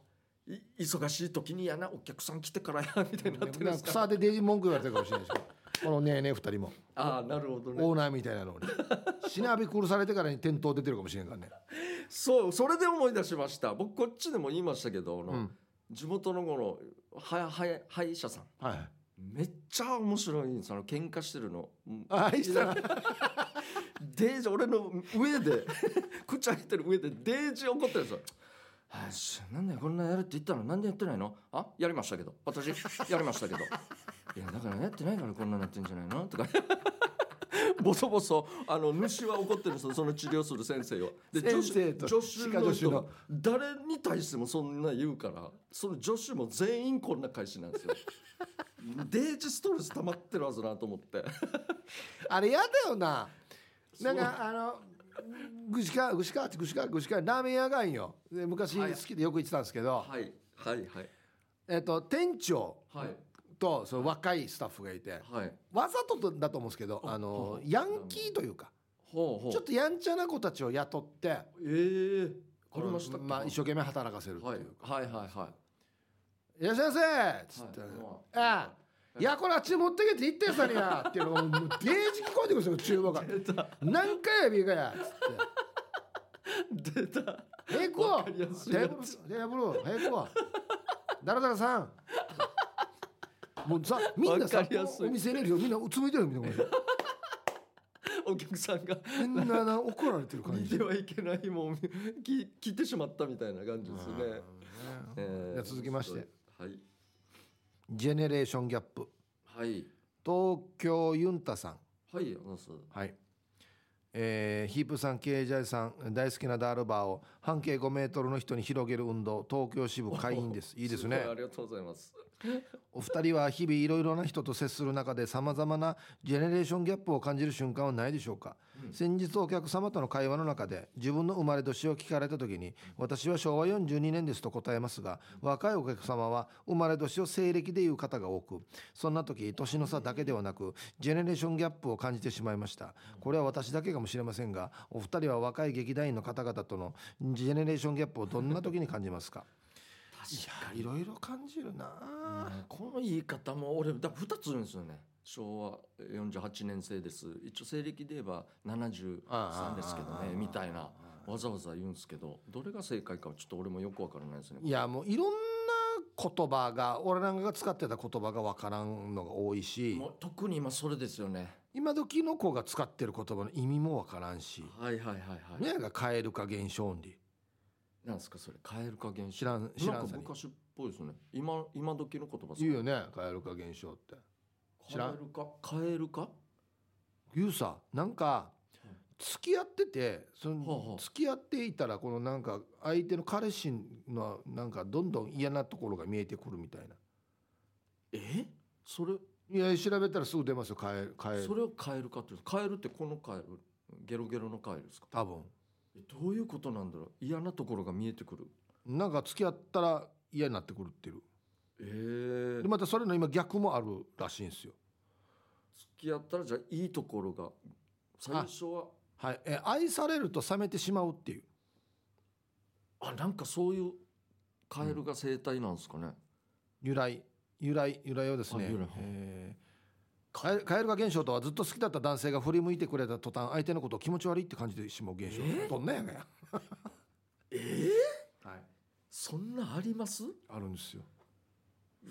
[SPEAKER 1] い忙しい時にやなお客さん来てからやみたいに なってるんで
[SPEAKER 2] なんか
[SPEAKER 1] すか
[SPEAKER 2] 草でデジ文句言われてるかもしれないしこのねえねえ2人も
[SPEAKER 1] ああなるほどね
[SPEAKER 2] オーナーみたいなのにしなび殺されてからに店頭出てるかもしれんからね
[SPEAKER 1] そうそれで思い出しました僕こっちでも言いましたけど、あの
[SPEAKER 2] うん
[SPEAKER 1] 地元のこのはは歯医者さん
[SPEAKER 2] はい
[SPEAKER 1] めっちゃ面白いんですあの喧嘩してるのうん
[SPEAKER 2] あいした
[SPEAKER 1] デージ俺の上で 口開いてる上でデージ怒ってるんですよ。はいしなんでこんなやるって言ったのなんでやってないのあやりましたけど私やりましたけどいやだからやってないからこんなになってんじゃないのとか ボソボソあの主は怒ってるんですよその治療する先生をで
[SPEAKER 2] 先生
[SPEAKER 1] 助手
[SPEAKER 2] と
[SPEAKER 1] 助手
[SPEAKER 2] 歯科
[SPEAKER 1] の
[SPEAKER 2] 助手の
[SPEAKER 1] 人誰に対してもそんな言うからその助手も全員こんな返しなんですよ デージストレス溜まってるはずなと思って
[SPEAKER 2] あれやだよな。
[SPEAKER 1] そ
[SPEAKER 2] な
[SPEAKER 1] うん
[SPEAKER 2] かあのぐしかぐしかぐしかぐしかラーメン屋がんよ。で昔
[SPEAKER 1] は
[SPEAKER 2] 好
[SPEAKER 1] い
[SPEAKER 2] きでよく行ってたんですけど、
[SPEAKER 1] はいはいはい
[SPEAKER 2] えっと店長
[SPEAKER 1] はい
[SPEAKER 2] とその若いスタッフがいて、
[SPEAKER 1] はい。
[SPEAKER 2] わざとだと思うんですけど、あ
[SPEAKER 1] ほうほ
[SPEAKER 2] の
[SPEAKER 1] う
[SPEAKER 2] ヤンキーというか、
[SPEAKER 1] ほうほう。
[SPEAKER 2] ちょっとやんちゃな子たちを雇って、
[SPEAKER 1] ええありましたっけ
[SPEAKER 2] まあ一生懸命働かせるっていう。
[SPEAKER 1] はい
[SPEAKER 2] い、
[SPEAKER 1] はいはいは
[SPEAKER 2] らっしゃいませっ
[SPEAKER 1] い。
[SPEAKER 2] つって。
[SPEAKER 1] はい
[SPEAKER 2] ああいやこれあっちに持ってけって言ったやつだにやっていうの がもうデージ聞こえてくるんですよ厨房が「何回やびいかや」っつって
[SPEAKER 1] 出た。
[SPEAKER 2] 平行
[SPEAKER 1] かりやすい
[SPEAKER 2] テ
[SPEAKER 1] や
[SPEAKER 2] ーブルテーブル平行だらだらさんもうさみんなさ
[SPEAKER 1] わかりやすい
[SPEAKER 2] お店にいるよみんなうつむいてるみたいな
[SPEAKER 1] お客さんが
[SPEAKER 2] 変なな怒られてる感
[SPEAKER 1] 見
[SPEAKER 2] じ
[SPEAKER 1] てはいけないもん聞聞いてしまったみたいな感じですね。
[SPEAKER 2] うん
[SPEAKER 1] え
[SPEAKER 2] じゃあ続きまして。
[SPEAKER 1] はい
[SPEAKER 2] ジェネレーションギャップ
[SPEAKER 1] はい
[SPEAKER 2] 東京ユンタさん
[SPEAKER 1] はいあのそう
[SPEAKER 2] はいえーヒープさん、ケージャイさん、大好きなダールバーを半径5メートルの人に広げる運動、東京支部会員です。いいですね。
[SPEAKER 1] ごありがとうございます。
[SPEAKER 2] お二人は日々いろいろな人と接する中でさまざまなジェネレーションギャップを感じる瞬間はないでしょうか、先日お客様との会話の中で自分の生まれ年を聞かれた時に「私は昭和42年です」と答えますが若いお客様は生まれ年を西暦で言う方が多くそんな時年の差だけではなくジェネレーションギャップを感じてしまいましたこれは私だけかもしれませんがお二人は若い劇団員の方々とのジェネレーションギャップをどんな時に感じますか
[SPEAKER 1] 確
[SPEAKER 2] いろいろ感じるなあ
[SPEAKER 1] に。この言い方も俺だ二つあるんですよね。昭和48年生です。一応西暦で言えば73ですけどねみたいな。わざわざ言うんですけどどれが正解かはちょっと俺もよくわからないですね
[SPEAKER 2] いやもういろんな言葉が俺らが使ってた言葉が分からんのが多いし
[SPEAKER 1] もう特に今それですよね
[SPEAKER 2] 今時の子が使ってる言葉の意味も分からんし
[SPEAKER 1] はいはいはいはい、
[SPEAKER 2] 何が蛙化現象音理
[SPEAKER 1] なんですかそれ蛙化現象
[SPEAKER 2] 知らん知らんさ
[SPEAKER 1] なん
[SPEAKER 2] に
[SPEAKER 1] か昔っぽいですね今今時の言葉
[SPEAKER 2] 言うよね蛙化現象って知らん
[SPEAKER 1] 蛙化蛙化
[SPEAKER 2] 言うさなんか
[SPEAKER 1] うん
[SPEAKER 2] 付き合っててそ
[SPEAKER 1] ほうほ
[SPEAKER 2] の
[SPEAKER 1] う
[SPEAKER 2] 付き合っていたらこのなんか相手の彼氏のなんかどんどん嫌なところが見えてくるみたいな
[SPEAKER 1] えそれ
[SPEAKER 2] いや調べたらすぐ出ますよ蛙蛙
[SPEAKER 1] それを蛙化って言うんです蛙ってこの蛙ゲロゲロの蛙ですか
[SPEAKER 2] 多分
[SPEAKER 1] えどういうことなんだろう嫌なところが見えてくる
[SPEAKER 2] なんか付き合ったら嫌になってくるっていう
[SPEAKER 1] ええ
[SPEAKER 2] でまたそれの今逆もあるらしいんですよ。
[SPEAKER 1] 付き合ったらじゃあいいところが最初は
[SPEAKER 2] はい、え愛されると冷めてしまうっていう
[SPEAKER 1] あなんかそういう蛙が生態なんですかね、
[SPEAKER 2] 由来由来由来をですね
[SPEAKER 1] あ由来
[SPEAKER 2] えーカエルカエル化現象とはずっと好きだった男性が振り向いてくれた途端相手のことを気持ち悪いって感じてしまう現象、
[SPEAKER 1] えー
[SPEAKER 2] どんなんやがや、
[SPEAKER 1] ええ
[SPEAKER 2] はい、
[SPEAKER 1] そんなあります
[SPEAKER 2] あるんですよ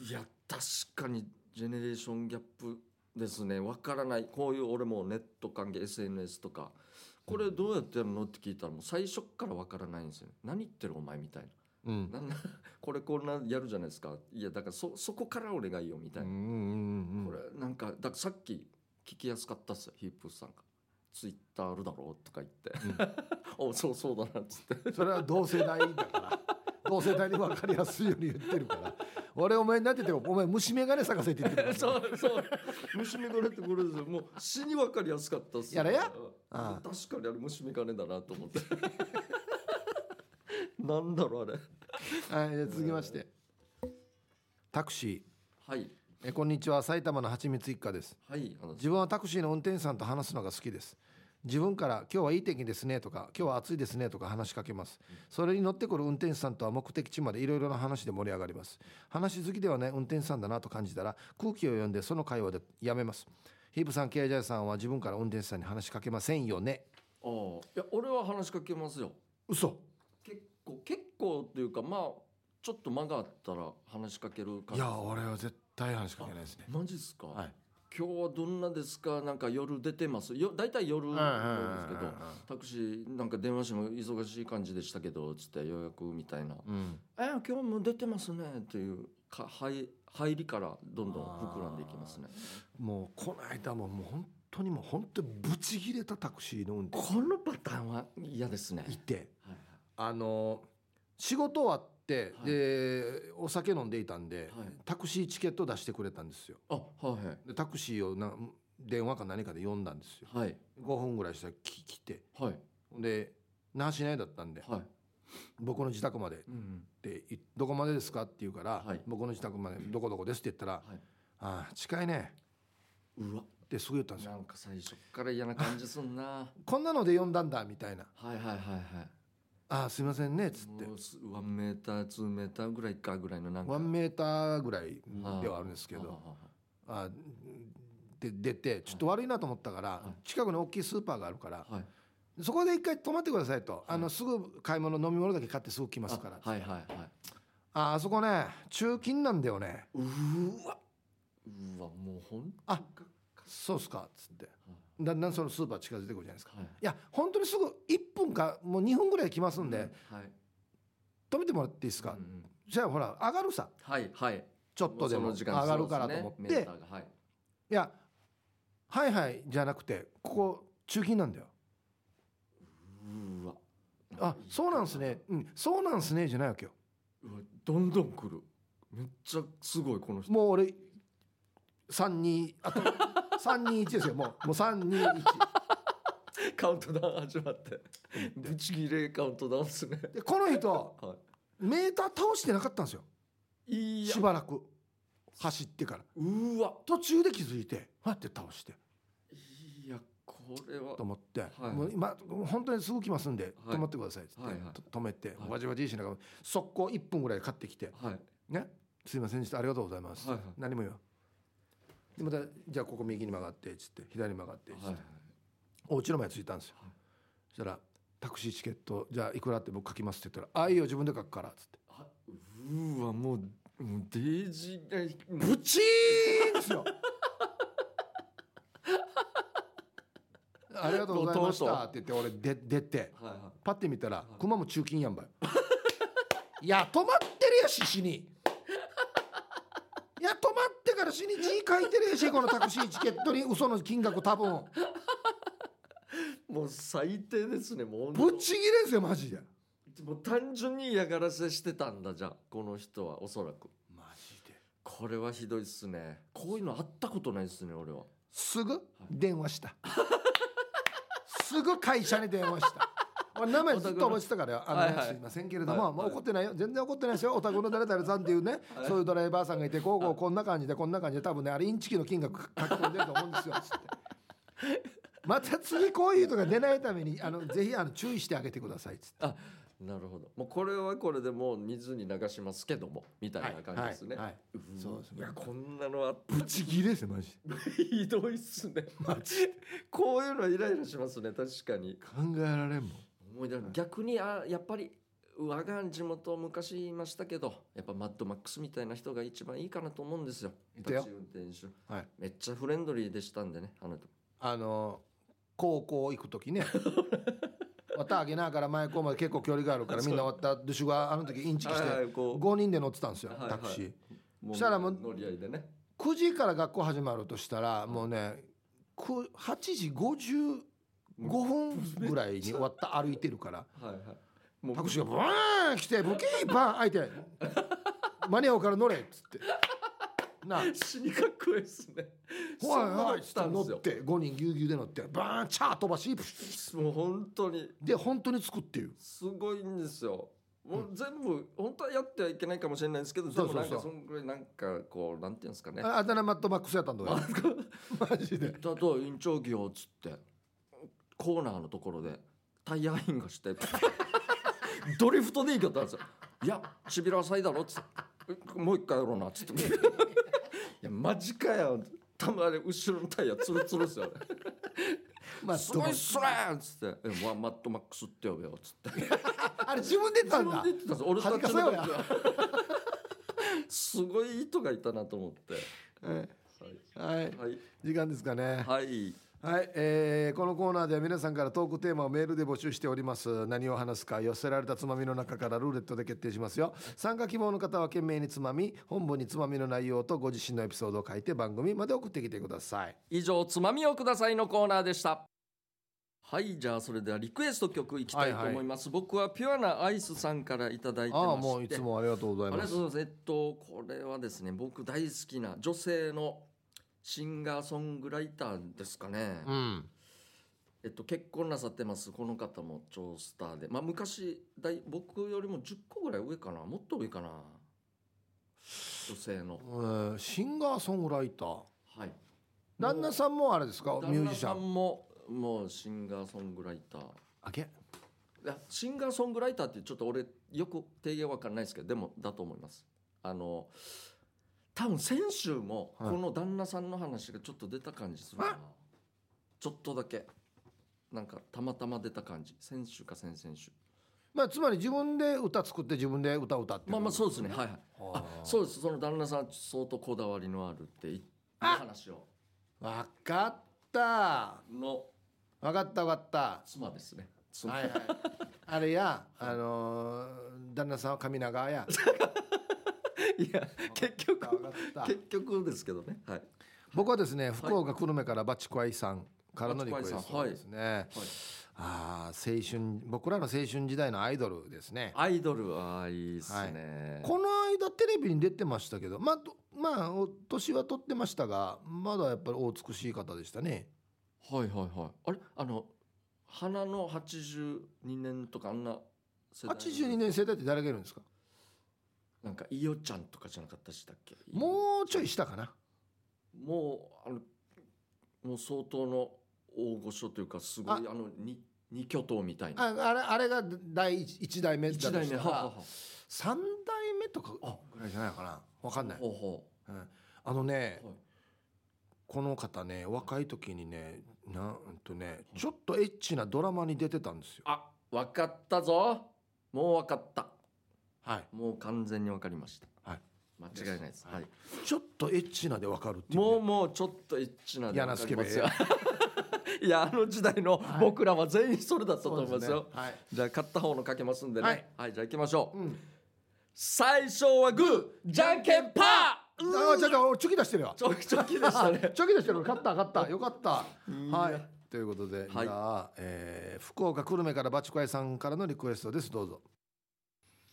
[SPEAKER 1] いや確かにジェネレーションギャップですねわからないこういう俺もネット関係 SNS とかこれどうやってやるのって聞いたらもう最初っからわからないんですよね何言ってるお前みたい
[SPEAKER 2] うん
[SPEAKER 1] ななんな これこんなやるじゃないですかいやだからそそこから俺がいいよみた
[SPEAKER 2] う
[SPEAKER 1] い
[SPEAKER 2] んう
[SPEAKER 1] な、
[SPEAKER 2] んうんう
[SPEAKER 1] こ
[SPEAKER 2] ん
[SPEAKER 1] れなんかだからさっき聞きやすかったっすよヒープーさんが「ツイッターあるだろ?」とか言って「 おそうそうだな」っつって
[SPEAKER 2] それは同世代だから同世代に分かりやすいように言ってるから俺お前なんて言ってもお前虫眼鏡探せって言ってるから
[SPEAKER 1] そうそう虫眼鏡ってこれですよもう死に分かりやすかったっすよ
[SPEAKER 2] やれや
[SPEAKER 1] うん
[SPEAKER 2] あ
[SPEAKER 1] 確かにあれ虫眼鏡だなと思って なんだろうあれ
[SPEAKER 2] はい、じゃあ続きましてタクシ
[SPEAKER 1] はい
[SPEAKER 2] ーえこんにちは埼玉のはちみつ一家です
[SPEAKER 1] はいあの
[SPEAKER 2] 自分はタクシーの運転手さんと話すのが好きです自分から「今日はいい天気ですね」とか「今日は暑いですね」とか話しかけますそれに乗ってくる運転手さんとは目的地までいろいろな話で盛り上がります話好きではない運転手さんだなと感じたら空気を読んでその会話でやめますヒープさんケイジャイさんは自分から運転手さんに話しかけませんよね
[SPEAKER 1] あーいや俺は話しかけますよ
[SPEAKER 2] 嘘
[SPEAKER 1] 結構結構っていうかまあちょっと間があったら話しかけるか
[SPEAKER 2] いや俺は絶対話しかけないですね
[SPEAKER 1] マジっすか、
[SPEAKER 2] はい
[SPEAKER 1] 今日はどんなですかなんか夜出てますよ大体夜
[SPEAKER 2] う
[SPEAKER 1] なんんですけ
[SPEAKER 2] う
[SPEAKER 1] どタクシーなんか電話しても忙しい感じでしたけどつって予約みたいな「
[SPEAKER 2] んうんうん
[SPEAKER 1] え今日も出てますね」っていうか入入りからどんどん膨らんでいきますね
[SPEAKER 2] もうこの間ももう本当にもう本当にブチギレたタクシーの運転
[SPEAKER 1] このパターンは嫌ですね
[SPEAKER 2] 手いて
[SPEAKER 1] はい
[SPEAKER 2] あの仕事終わって、
[SPEAKER 1] はい
[SPEAKER 2] でお酒飲んでいたんで、
[SPEAKER 1] はい
[SPEAKER 2] タクシーチケット出してくれたんですよ
[SPEAKER 1] あはいはい
[SPEAKER 2] でタクシーをな電話か何かで呼んだんですよ
[SPEAKER 1] はい
[SPEAKER 2] 5分ぐらいしたらき来て
[SPEAKER 1] はい
[SPEAKER 2] で那覇市内だったんで
[SPEAKER 1] はい
[SPEAKER 2] 僕の自宅までっ
[SPEAKER 1] うん
[SPEAKER 2] ていどこまでですかって言うから、
[SPEAKER 1] はい
[SPEAKER 2] 僕の自宅までどこどこですって言ったら、
[SPEAKER 1] はい
[SPEAKER 2] ああ近いね
[SPEAKER 1] うわ
[SPEAKER 2] ってすぐ言ったんですよ
[SPEAKER 1] なんか最初っから嫌な感じすんな
[SPEAKER 2] こんなので呼んだんだみたいな
[SPEAKER 1] はいはいはいはい
[SPEAKER 2] ああすいませんねっつって
[SPEAKER 1] もうすワンメーターツーメーターぐらいかぐらいのなんか
[SPEAKER 2] 1メーターぐらいではあるんですけ
[SPEAKER 1] は
[SPEAKER 2] ど
[SPEAKER 1] あは
[SPEAKER 2] あで出てちょっと悪いなと思ったから、
[SPEAKER 1] は
[SPEAKER 2] 近くの大きいスーパーがあるから
[SPEAKER 1] あ、ははい
[SPEAKER 2] そこで一回泊まってくださいと、あのすぐ買い物飲み物だけ買ってすぐ来ますから
[SPEAKER 1] あはいはいはい
[SPEAKER 2] ああそこね中金なんだよね
[SPEAKER 1] うーわうわもうほん
[SPEAKER 2] あそうっすかっつってだんだんそのスーパー近づいてくるじゃないですか
[SPEAKER 1] はい
[SPEAKER 2] いや本当にすぐ1分かもう2分ぐらい来ますんで、
[SPEAKER 1] はい
[SPEAKER 2] 止めてもらっていいですか、
[SPEAKER 1] うんうん
[SPEAKER 2] じゃあほら上がるさ
[SPEAKER 1] はいはい
[SPEAKER 2] ちょっとで
[SPEAKER 1] も
[SPEAKER 2] も
[SPEAKER 1] うそ
[SPEAKER 2] 上
[SPEAKER 1] の時間
[SPEAKER 2] がるからと思
[SPEAKER 1] そう
[SPEAKER 2] っ
[SPEAKER 1] ですねメ
[SPEAKER 2] て、
[SPEAKER 1] ーターがはい
[SPEAKER 2] いやはいはいじゃなくてここ中金なんだよ
[SPEAKER 1] うわ
[SPEAKER 2] あそうなんすねうんそうなんすねじゃないわけよ
[SPEAKER 1] うわどんどん来るめっちゃすごいこの人
[SPEAKER 2] もう俺32あと321ですよもうもう321
[SPEAKER 1] カウントダウン始まってブチギレカウントダウンですね
[SPEAKER 2] でこの人
[SPEAKER 1] は
[SPEAKER 2] メーター倒してなかったんですよ
[SPEAKER 1] いいや
[SPEAKER 2] しばらく走ってから
[SPEAKER 1] うわ
[SPEAKER 2] 途中で気づいてはって倒して
[SPEAKER 1] いやこれは
[SPEAKER 2] と思って、
[SPEAKER 1] はい
[SPEAKER 2] もう今本当にすぐ来ますんで、
[SPEAKER 1] はい
[SPEAKER 2] 止まってくださいっつって、
[SPEAKER 1] はいはい
[SPEAKER 2] と止めて、
[SPEAKER 1] はい
[SPEAKER 2] わじわじしながら速攻1分ぐらい買ってきて
[SPEAKER 1] はい
[SPEAKER 2] ねすいませんでしたありがとうございます、
[SPEAKER 1] はいはい
[SPEAKER 2] 何も言わんでまたじゃあここ右に曲がってっつって左に曲がってっつって、
[SPEAKER 1] はい
[SPEAKER 2] お家の前着いたんですよ、
[SPEAKER 1] はい
[SPEAKER 2] そしたら「タクシーチケットじゃあいくら?」って僕書きますって言ったら「あいいよ自分で書くから」っつって
[SPEAKER 1] あうーわもうもうデージが
[SPEAKER 2] 「ブチーン!」です よありがとうございましたって言って俺で出て
[SPEAKER 1] はいは
[SPEAKER 2] パッて見たら熊も中金やんばいいや止まってるやし死にいや止まってから死に字書いてるやしこのタクシーチケットに嘘の金額多分
[SPEAKER 1] いもう最低ですねもう
[SPEAKER 2] ぶっちぎれんすよマジで
[SPEAKER 1] もう単純に嫌がらせしてたんだじゃあこの人はおそらく
[SPEAKER 2] マジで
[SPEAKER 1] これはひどいっすねこういうのあったことないっすね俺は
[SPEAKER 2] すぐ電話したすぐ会社に電話した俺名前ずっと覚えてたからよあの、
[SPEAKER 1] はいはい
[SPEAKER 2] すいませんけれども、
[SPEAKER 1] はい
[SPEAKER 2] まあ、怒ってないよ全然怒ってないですよお宅の誰々さんっていうね、
[SPEAKER 1] はい
[SPEAKER 2] そういうドライバーさんがいてこうこうこんな感じでこんな感じで多分ねあれインチキの金額書き込んでると思うんですよつってまた次こういうのが出ないためにあのぜひあの注意してあげてくださいっつって
[SPEAKER 1] あなるほどもうこれはこれでもう水に流しますけどもみたいな感じですね、
[SPEAKER 2] はいはい
[SPEAKER 1] うん
[SPEAKER 2] そうですね
[SPEAKER 1] いやこんなのあっ
[SPEAKER 2] ぶち切れですよマジで
[SPEAKER 1] ひどいっす ねこういうのはイライラしますね確かに
[SPEAKER 2] 考えられんもん
[SPEAKER 1] 思い出逆にあやっぱり我が地元昔いましたけどやっぱマッドマックスみたいな人が一番いいかなと思うんですよ
[SPEAKER 2] いたよ
[SPEAKER 1] タクシー運転手、
[SPEAKER 2] はい
[SPEAKER 1] めっちゃフレンドリーでしたんでねあの人
[SPEAKER 2] あの高校行く 時ね綿あげなから前校まで結構距離があるからみんな綿ドゥシュがあの時インチキして
[SPEAKER 1] はいこ
[SPEAKER 2] 5人で乗ってたんですよ
[SPEAKER 1] はいはい
[SPEAKER 2] タクシー
[SPEAKER 1] う
[SPEAKER 2] そしたらもう
[SPEAKER 1] 乗り合いでね
[SPEAKER 2] 9時から学校始まるとしたらもうねく8時55分ぐらいに終わった歩いて るから
[SPEAKER 1] はいはいもう
[SPEAKER 2] タクシーがブーン来てブキーバーン開 いて「間に合うから乗れ」っつってなあ
[SPEAKER 1] 死にかっこいいですね
[SPEAKER 2] 怖い
[SPEAKER 1] そんな
[SPEAKER 2] 怖
[SPEAKER 1] の
[SPEAKER 2] い
[SPEAKER 1] っ
[SPEAKER 2] っつ
[SPEAKER 1] て
[SPEAKER 2] ったて
[SPEAKER 1] んで
[SPEAKER 2] 乗っ
[SPEAKER 1] すよ
[SPEAKER 2] て5人ぎゅうぎゅうで乗ってバーンチャー飛ばしプシュッ
[SPEAKER 1] もう本当に
[SPEAKER 2] で本当に着くっていう
[SPEAKER 1] すごいんですよもう全部本当はやってはいけないかもしれないですけどで
[SPEAKER 2] そう
[SPEAKER 1] も
[SPEAKER 2] そう
[SPEAKER 1] な
[SPEAKER 2] そうん
[SPEAKER 1] かそのぐらいなんかこうなんていうんですかね
[SPEAKER 2] ああだ名マットマックスやったんだよ マ ジで
[SPEAKER 1] だと院長業っつってコーナーのところでタイヤインがして ドリフトで行けたんですよ「いやしびれ浅いだろ」っつってえ「もう一回やろうな」っつって「いやマジかよ」たまに後ろのタイヤツルツルですよ
[SPEAKER 2] マッ
[SPEAKER 1] す
[SPEAKER 2] トマ
[SPEAKER 1] ごい
[SPEAKER 2] ッ
[SPEAKER 1] っ
[SPEAKER 2] クス
[SPEAKER 1] すねっつって「えワンマットマックスって呼べよ」っつって
[SPEAKER 2] あれ自分で言ったん
[SPEAKER 1] 自分
[SPEAKER 2] だ
[SPEAKER 1] で言ってたんです俺たちの
[SPEAKER 2] 恥ず
[SPEAKER 1] 時は すごい人がいたなと思って
[SPEAKER 2] はい、はい、
[SPEAKER 1] はい
[SPEAKER 2] 時間ですかね
[SPEAKER 1] はい
[SPEAKER 2] はい、えーこのコーナーでは皆さんからトークテーマをメールで募集しております何を話すか寄せられたつまみの中からルーレットで決定しますよ参加希望の方は懸命につまみ本文につまみの内容とご自身のエピソードを書いて番組まで送ってきてください
[SPEAKER 1] 以上「つまみをください」のコーナーでしたはいじゃあそれではリクエスト曲いきたいと思います、僕はピュアなアイスさんからいただいてまして
[SPEAKER 2] ああもういつもありがとうご
[SPEAKER 1] あ
[SPEAKER 2] ざい
[SPEAKER 1] りがと
[SPEAKER 2] ます
[SPEAKER 1] うございますえっとこれはですね僕大好きな女性のシンガーソングライターですかね、
[SPEAKER 2] うん
[SPEAKER 1] えっと、結婚なさってますこの方も超スターで、まあ、昔大僕よりも10個ぐらい上かなもっと上かな女性の
[SPEAKER 2] えーシンガーソングライター
[SPEAKER 1] はい
[SPEAKER 2] 旦那さんもあれですかミュージシャ
[SPEAKER 1] 旦那さ
[SPEAKER 2] ン
[SPEAKER 1] んももうシンガーソングライター
[SPEAKER 2] あけ
[SPEAKER 1] いやシンガーソングライターってちょっと俺よく定義は分かんないですけどでもだと思いますあの多分先週も
[SPEAKER 2] はい
[SPEAKER 1] この旦那さんの話がちょっと出た感じするな、ちょっとだけなんかたまたま出た感じ先週か先々週
[SPEAKER 2] まあつまり自分で歌作って自分で歌を歌って
[SPEAKER 1] まあまあそううですねはいはいあ
[SPEAKER 2] そ
[SPEAKER 1] そうですその旦那さん相当こだわりのあるっていう話を
[SPEAKER 2] うわかった
[SPEAKER 1] の
[SPEAKER 2] わかったわかった
[SPEAKER 1] 妻ですね妻
[SPEAKER 2] はい はい、あれや、あのー旦那さんは神長や。
[SPEAKER 1] いや結局
[SPEAKER 2] わかった
[SPEAKER 1] 結局ですけどねはい
[SPEAKER 2] 僕はですね、福岡久留米からバチコアイさんからのリクエス
[SPEAKER 1] バチコ
[SPEAKER 2] ト
[SPEAKER 1] アイさん
[SPEAKER 2] ですね。ああ、青春、僕らの青春時代のアイドルですね。
[SPEAKER 1] アイドルはいいっすね、
[SPEAKER 2] この間テレビに出てましたけど、まあ、とまあ、お年は取ってましたが、まだやっぱりお美しい方でしたね。
[SPEAKER 1] はいはいはいあれあの花の82年とかあんな世代の
[SPEAKER 2] 82年生代って誰がいるんですか。
[SPEAKER 1] なんかいよちゃんとかじゃなかったでしたっけ
[SPEAKER 2] もうちょい下かな。
[SPEAKER 1] もうあのもう相当の大御所というかすごいあのに二巨頭みたいな
[SPEAKER 2] あ、あれ、あれが第一一代目だ
[SPEAKER 1] 一
[SPEAKER 2] とした
[SPEAKER 1] 代目はあはあ
[SPEAKER 2] ら
[SPEAKER 1] は。あ
[SPEAKER 2] 三代目とか、あ、ぐらいじゃないかな。わかんない。
[SPEAKER 1] ほうほ
[SPEAKER 2] うんあのね
[SPEAKER 1] う、はい
[SPEAKER 2] この方ね若い時にねなんとね
[SPEAKER 1] い
[SPEAKER 2] ちょっとエッチなドラマに出てたんですよ。
[SPEAKER 1] あ、わかったぞ。もうわかった。
[SPEAKER 2] はい、
[SPEAKER 1] もう完全にわかりました。
[SPEAKER 2] はい。
[SPEAKER 1] 間違いないです。
[SPEAKER 2] です
[SPEAKER 1] はい。
[SPEAKER 2] ちょっとエッチなでわかるっていうね、
[SPEAKER 1] もうもうちょっとエッチなんで
[SPEAKER 2] 嫌なスケベ
[SPEAKER 1] わかりますよ いや、あの時代の僕らは全員それだったと
[SPEAKER 2] そ
[SPEAKER 1] 思
[SPEAKER 2] う
[SPEAKER 1] いますよ。
[SPEAKER 2] ですねはい
[SPEAKER 1] じゃあ勝った方のかけますんでね。
[SPEAKER 2] は
[SPEAKER 1] はいい、じゃあ行きましょう。
[SPEAKER 2] うん
[SPEAKER 1] 最初はグー、じゃんけんパー。うん
[SPEAKER 2] あちょっとチョキ出してるよ。。
[SPEAKER 1] ちょきちょきでしたね
[SPEAKER 2] チョキ出してる勝った勝ったよかった。はい。ということで、
[SPEAKER 1] はい
[SPEAKER 2] じゃあ、えー福岡久留米からバチコヤさんからのリクエストですどうぞ。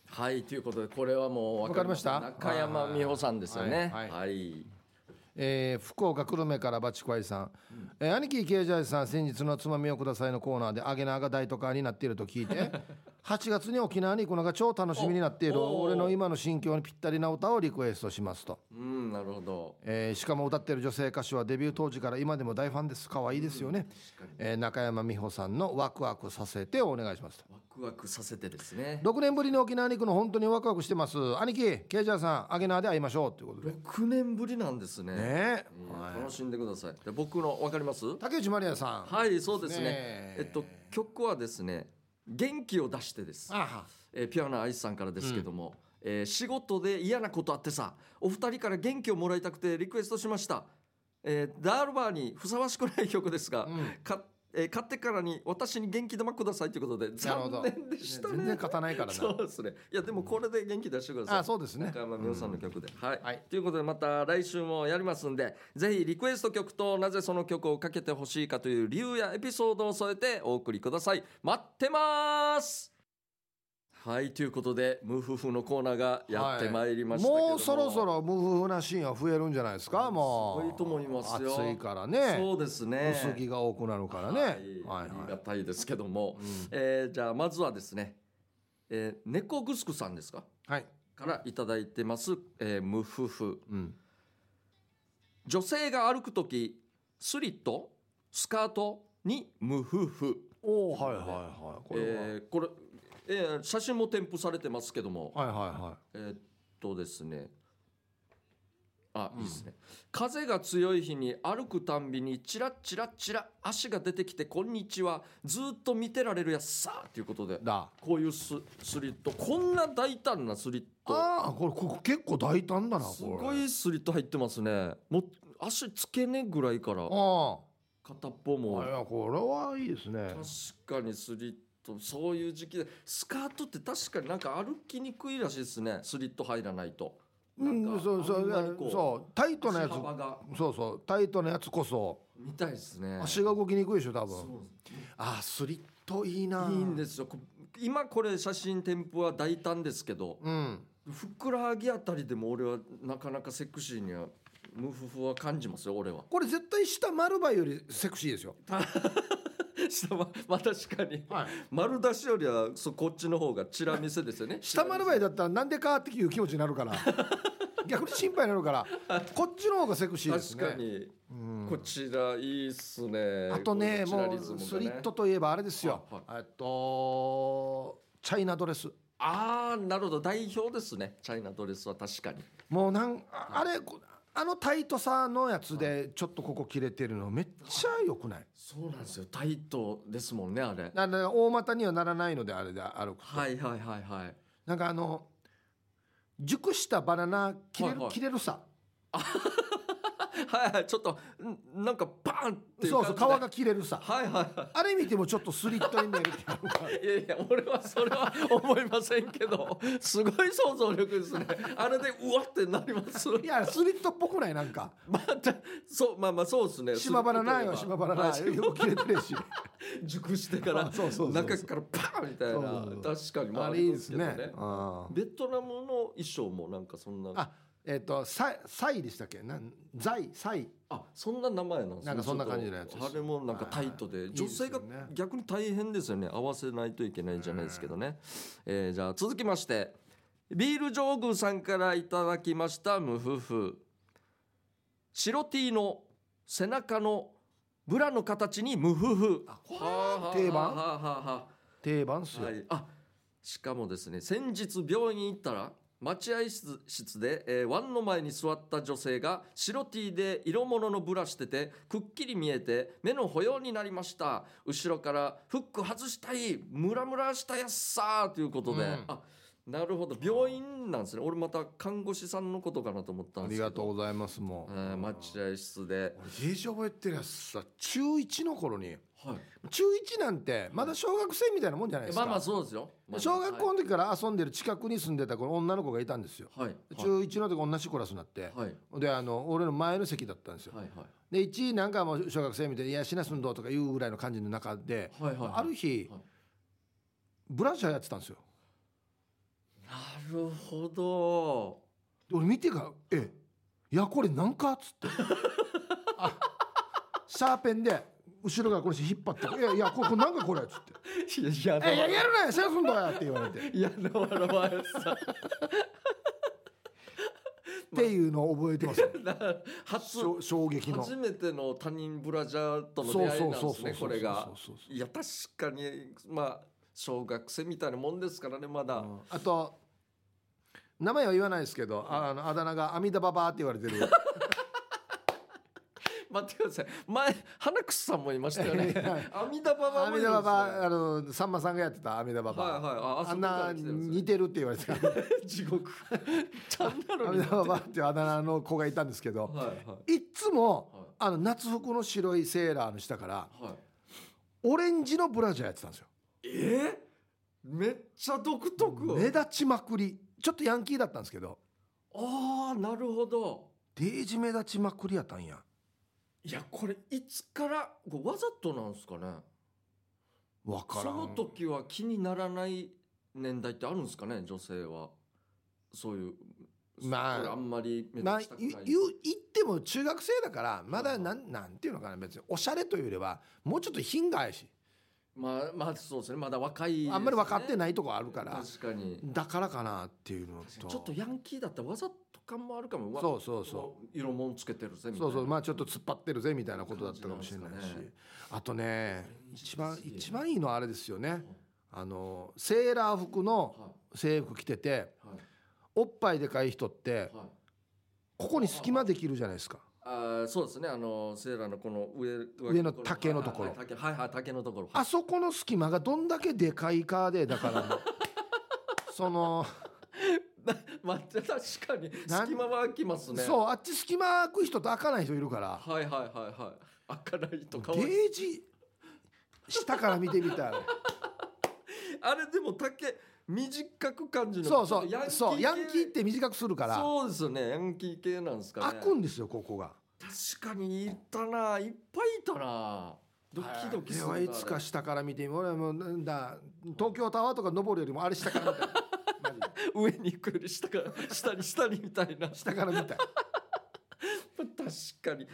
[SPEAKER 1] はい、ということでこれはもうわ
[SPEAKER 2] わかりました
[SPEAKER 1] 中山美穂さんですよね。
[SPEAKER 2] は
[SPEAKER 1] はいい。
[SPEAKER 2] はえー福岡久留米からバチコアイさん、えー兄貴ケイジャイさん先日の「つまみをください」のコーナーでアゲナーが大都会になっていると聞 いて8月に沖縄に行くのが超楽しみになっている
[SPEAKER 1] おおー
[SPEAKER 2] 俺の今の心境にぴったりな歌をリクエストしますと、
[SPEAKER 1] うん、なるほど。
[SPEAKER 2] えーしかも歌ってる女性歌手はデビュー当時から今でも大ファンです可愛いですよね、えー中山美穂さんの「ワクワクさせて」をお願いしますと
[SPEAKER 1] ワクワクさせてですね。
[SPEAKER 2] 6年ぶりの沖縄に行くの本当にワクワクしてます兄貴ケイジャイさんアゲナーで会いましょうということでね
[SPEAKER 1] 6年ぶりなんですね。
[SPEAKER 2] え
[SPEAKER 1] うん
[SPEAKER 2] はい
[SPEAKER 1] 楽しんでください。で僕の分かります？
[SPEAKER 2] 竹内まりやさん
[SPEAKER 1] はい、そうですね。
[SPEAKER 2] ねえ
[SPEAKER 1] えっと曲はですね、元気を出してです。
[SPEAKER 2] あ
[SPEAKER 1] えーピュアなアイスさんからですけども、えー仕事で嫌なことあってさ、お二人から元気をもらいたくてリクエストしました。えーダールバーにふさわしくない曲ですが、
[SPEAKER 2] うん
[SPEAKER 1] かえー買ってからに私に元気玉くださいということで
[SPEAKER 2] なるほ
[SPEAKER 1] 残
[SPEAKER 2] ど
[SPEAKER 1] 念でしたね
[SPEAKER 2] 全然勝たないから
[SPEAKER 1] そう
[SPEAKER 2] な
[SPEAKER 1] ですねいやでもこれで元気出してください
[SPEAKER 2] あそうですね
[SPEAKER 1] 中山美穂さんの曲で、はい、
[SPEAKER 2] はい
[SPEAKER 1] ということでまた来週もやりますんでぜひリクエスト曲となぜその曲をかけてほしいかという理由やエピソードを添えてお送りください待ってますはいということで「ムフフ」のコーナーがやってまいりましたけども、
[SPEAKER 2] もうそろそろ無夫婦なシーンは増えるんじゃないですかもう
[SPEAKER 1] すごいと思いますよ
[SPEAKER 2] 暑いからね
[SPEAKER 1] そうですね
[SPEAKER 2] 薄着が多くなるからね
[SPEAKER 1] はい
[SPEAKER 2] はい
[SPEAKER 1] あり
[SPEAKER 2] は
[SPEAKER 1] が
[SPEAKER 2] い
[SPEAKER 1] たいですけども、
[SPEAKER 2] うん
[SPEAKER 1] えーじゃあまずはですね、えー、猫グスクさんですか
[SPEAKER 2] はい
[SPEAKER 1] からいただいてます、えー、ムフフ
[SPEAKER 2] うん
[SPEAKER 1] 女性が歩く時スリットスカートにムフフ
[SPEAKER 2] おおはいはいはいこ
[SPEAKER 1] これ,、
[SPEAKER 2] れは
[SPEAKER 1] えーこれえー写真も添付されてますけども、
[SPEAKER 2] はいはいはい
[SPEAKER 1] えーっとですねあ、
[SPEAKER 2] うん
[SPEAKER 1] いいですね風が強い日に歩くたんびにチラッチラッチラ足が出てきて「こんにちは」ずーっと見てられるやつさということで
[SPEAKER 2] だ
[SPEAKER 1] こういうススリットこんな大胆なスリット
[SPEAKER 2] ああこれここ結構大胆だなこれ
[SPEAKER 1] すごいスリット入ってますねもう足つけねぐらいから
[SPEAKER 2] あ
[SPEAKER 1] 片っぽ
[SPEAKER 2] あ
[SPEAKER 1] も
[SPEAKER 2] あいやこれはいいですね
[SPEAKER 1] 確かにスリットそういう時期でスカートって確かになんか歩きにくいらしいですねスリット入らないと
[SPEAKER 2] うんそうそ
[SPEAKER 1] あんま
[SPEAKER 2] う
[SPEAKER 1] りこう
[SPEAKER 2] そうタイト
[SPEAKER 1] 足
[SPEAKER 2] なやつ
[SPEAKER 1] 幅が
[SPEAKER 2] そうそうタイトなやつこそ
[SPEAKER 1] 見たいですね
[SPEAKER 2] 足が動きにくいでしょ多
[SPEAKER 1] そ
[SPEAKER 2] 分
[SPEAKER 1] う
[SPEAKER 2] ああスリットいいない
[SPEAKER 1] いんですよこ今これ写真添付は大胆ですけど
[SPEAKER 2] うん
[SPEAKER 1] ふくらはぎあたりでも俺はなかなかセクシーにはムフフは感じますよ俺は
[SPEAKER 2] これ絶対下丸バよりセクシーですよ
[SPEAKER 1] 下はまあ確かに
[SPEAKER 2] はい
[SPEAKER 1] 丸出しよりはそこっちの方がチラ見せですよね
[SPEAKER 2] 下丸バだったらなんでかっていう気持ちになるから 逆に心配になるからこっちの方がセクシーです
[SPEAKER 1] 確
[SPEAKER 2] ね
[SPEAKER 1] かに
[SPEAKER 2] うん
[SPEAKER 1] こちらいいっすね。
[SPEAKER 2] あとね
[SPEAKER 1] このチラ
[SPEAKER 2] も
[SPEAKER 1] リズム
[SPEAKER 2] う
[SPEAKER 1] がね
[SPEAKER 2] スリット。といえばあれですよ
[SPEAKER 1] はい
[SPEAKER 2] えっとチャイナドレス
[SPEAKER 1] ああ、なるほど、代表ですね。チャイナドレスは確かに。
[SPEAKER 2] もうなんああれこあのタイトさのやつでちょっとここ切れてるのめっちゃ良くない
[SPEAKER 1] そうなんですよ。タイトですもんね、あれ。
[SPEAKER 2] だから大股にはならないのであれで歩くと、
[SPEAKER 1] はいはいはいはい。
[SPEAKER 2] なんかあの熟したバナナ切れる,、
[SPEAKER 1] はいはい
[SPEAKER 2] 切れるさ
[SPEAKER 1] はいはい、ちょっと、んなんかパーンっていう
[SPEAKER 2] そう
[SPEAKER 1] 感じ
[SPEAKER 2] そう
[SPEAKER 1] で
[SPEAKER 2] 皮が切れるさ
[SPEAKER 1] はいはいは
[SPEAKER 2] あれ見てもちょっとスリットに見えるっていうか
[SPEAKER 1] い。いやいや、俺はそれは思いませんけど、すごい想像力ですね。あれで、うわってなります。
[SPEAKER 2] いやスリットっぽくないなんか
[SPEAKER 1] また、そう、まあまあ、そうですね。
[SPEAKER 2] 島バナナよ
[SPEAKER 1] スリ
[SPEAKER 2] 島
[SPEAKER 1] ット
[SPEAKER 2] バナ
[SPEAKER 1] といえば
[SPEAKER 2] ナよく切れてるし
[SPEAKER 1] 熟してから
[SPEAKER 2] あ そうそうそうそう
[SPEAKER 1] 中からパーンみたいな
[SPEAKER 2] そうそうそう
[SPEAKER 1] 確かにま
[SPEAKER 2] あれいいですねあ
[SPEAKER 1] ベトナムの衣装もなんかそんな
[SPEAKER 2] あえっ、とサイサイでしたっけなんザイサイ
[SPEAKER 1] あそんな名前なんですね
[SPEAKER 2] なんかそんな感じのやつ
[SPEAKER 1] ちょっとあれもなんかタイト
[SPEAKER 2] はい
[SPEAKER 1] で
[SPEAKER 2] はい
[SPEAKER 1] 女性が
[SPEAKER 2] いいですよね
[SPEAKER 1] 逆に大変ですよね合わせないといけないんじゃないですけどねえーじゃあ続きましてビール上宮さんからいただきましたムフフ白 T の背中のブラの形にムフフ
[SPEAKER 2] あこれは定番
[SPEAKER 1] はあはあはあはあ
[SPEAKER 2] 定番っすよ、
[SPEAKER 1] はい、あしかもですね先日病院行ったら待合室室で、えー、ワンの前に座った女性が白 T で色物のブラしててくっきり見えて目の保養になりました後ろからフック外したいムラムラしたやっさーということで、
[SPEAKER 2] うん
[SPEAKER 1] あなるほど病院なんですね俺また看護師さんのことかなと思った
[SPEAKER 2] あ
[SPEAKER 1] んで
[SPEAKER 2] り
[SPEAKER 1] すけど
[SPEAKER 2] がとうございますもう、
[SPEAKER 1] えー待合室で、
[SPEAKER 2] 俺ゲージ覚えてるやつさ中1の頃に
[SPEAKER 1] はい
[SPEAKER 2] 中1なんてまだ小学生みたいなもんじゃないです
[SPEAKER 1] ま
[SPEAKER 2] か、
[SPEAKER 1] あまあそうですよ、まあ
[SPEAKER 2] 小学校の時から遊んでる近くに住んでたこの女の子がいたんですよ、
[SPEAKER 1] はいはい
[SPEAKER 2] 中1の時同じクラスになって、
[SPEAKER 1] はいはい
[SPEAKER 2] であの俺の前の席だったんですよ、
[SPEAKER 1] はい
[SPEAKER 2] で1位なんかもう小学生みたいに「いやしなすんど」とか言うぐらいの感じの中で、
[SPEAKER 1] はいはい
[SPEAKER 2] ある日、
[SPEAKER 1] はい
[SPEAKER 2] ブラジャーやってたんですよ
[SPEAKER 1] なるほど
[SPEAKER 2] で俺見てから「えいやこれなんか?」っつってあシャーペンで後ろからこれ引っ張って「いやいやこれこれなんかこれ」っつって
[SPEAKER 1] いや
[SPEAKER 2] 「えいややるなよしなすんどや」って言われて
[SPEAKER 1] いや野原真彩さ
[SPEAKER 2] っていうのを覚えてます、ね、
[SPEAKER 1] んな 初
[SPEAKER 2] しょ衝撃の
[SPEAKER 1] 初めての他人ブラジャーとの出
[SPEAKER 2] そう
[SPEAKER 1] 会い
[SPEAKER 2] そう
[SPEAKER 1] な
[SPEAKER 2] そ
[SPEAKER 1] ん
[SPEAKER 2] う
[SPEAKER 1] です
[SPEAKER 2] そう
[SPEAKER 1] ねこ
[SPEAKER 2] そうそう
[SPEAKER 1] れが
[SPEAKER 2] そうそう
[SPEAKER 1] いや確かにまあ小学生みたいなもんですからねまだ、
[SPEAKER 2] うんあと名前は言わないですけどああのあだ名が「阿弥陀ババア」って言われて る
[SPEAKER 1] 待ってください前花楠さんもいましたよね阿弥陀ババ
[SPEAKER 2] 阿
[SPEAKER 1] もいるんです
[SPEAKER 2] 弥
[SPEAKER 1] ね
[SPEAKER 2] 陀ババアあのさんまさんがやってた阿弥陀ババ
[SPEAKER 1] は
[SPEAKER 2] ア、
[SPEAKER 1] いはいああそ
[SPEAKER 2] あ
[SPEAKER 1] こ
[SPEAKER 2] ん
[SPEAKER 1] か
[SPEAKER 2] な
[SPEAKER 1] ら来てるんですね
[SPEAKER 2] 似てるって言われ てた阿
[SPEAKER 1] 地獄ちゃんなのに
[SPEAKER 2] 弥
[SPEAKER 1] は
[SPEAKER 2] 陀ババアっていうあだ名の子がいたんですけど
[SPEAKER 1] いはい
[SPEAKER 2] いっつも
[SPEAKER 1] はい
[SPEAKER 2] あの夏服の白いセーラーの下から
[SPEAKER 1] はい
[SPEAKER 2] オレンジのブラジャーやってたんですよ
[SPEAKER 1] えー、めっちゃ独特
[SPEAKER 2] 目立ちまくりちょっとヤンキーだったんですけど
[SPEAKER 1] ああなるほど
[SPEAKER 2] デージ目立ちまくりやったんや
[SPEAKER 1] いやこれいつからこうわざとなんですかね
[SPEAKER 2] わからん
[SPEAKER 1] その時は気にならない年代ってあるんですかね女性はそういう
[SPEAKER 2] まあ
[SPEAKER 1] これあんまり目
[SPEAKER 2] まあ
[SPEAKER 1] 立ちたくない、
[SPEAKER 2] 言う言っても中学生だからまだなんなんていうのかな別におしゃれというよりはもうちょっと品があるし
[SPEAKER 1] まあまあそうですねまだ若いですね、
[SPEAKER 2] あんまり分かって
[SPEAKER 1] い
[SPEAKER 2] ないとこあるから
[SPEAKER 1] 確かに
[SPEAKER 2] だからかなっていうのと
[SPEAKER 1] ちょっとヤンキーだったらわざと感もあるかもうわ
[SPEAKER 2] そうそうそう
[SPEAKER 1] 色もんつけてるぜみた
[SPEAKER 2] う
[SPEAKER 1] いな
[SPEAKER 2] そうそうまあちょっと突っ張ってるぜみたいなことだったかもしれない
[SPEAKER 1] 感
[SPEAKER 2] し
[SPEAKER 1] じなんです
[SPEAKER 2] あとね一番
[SPEAKER 1] すげえ
[SPEAKER 2] 一番いいのはあれですよねあのセーラー服の
[SPEAKER 1] は
[SPEAKER 2] 制服着てて
[SPEAKER 1] いはい
[SPEAKER 2] おっぱいでかい人って
[SPEAKER 1] はい
[SPEAKER 2] ここに隙間できるじゃないですか
[SPEAKER 1] あーそうですねあのセーラーのこの上
[SPEAKER 2] 上の竹のところ
[SPEAKER 1] はいはい竹はいはい竹のところ
[SPEAKER 2] あそこの隙間がどんだけでかいかでだから もうその
[SPEAKER 1] まあ、確かに
[SPEAKER 2] なん
[SPEAKER 1] 隙間は空きますね
[SPEAKER 2] そうあっち隙間開く人と開かない人いるから
[SPEAKER 1] はいはいはいはい開かないとかわい
[SPEAKER 2] ゲージ下から見てみ たい
[SPEAKER 1] あれでも竹短く感じの
[SPEAKER 2] そうそう
[SPEAKER 1] ちょっと
[SPEAKER 2] そうヤンキーっ
[SPEAKER 1] 系
[SPEAKER 2] て短くするから
[SPEAKER 1] そうですねヤンキー系なんですかね
[SPEAKER 2] 開くんですよここが
[SPEAKER 1] 確かにいたないっぱいいたなドキドキするな
[SPEAKER 2] あれはいつか下から見てみ俺はもうなんだ東京タワーとか登るよりもあれ下から見 たいマジで
[SPEAKER 1] 上に行くより下から下に下にみたいな
[SPEAKER 2] 下から見たい
[SPEAKER 1] 確かに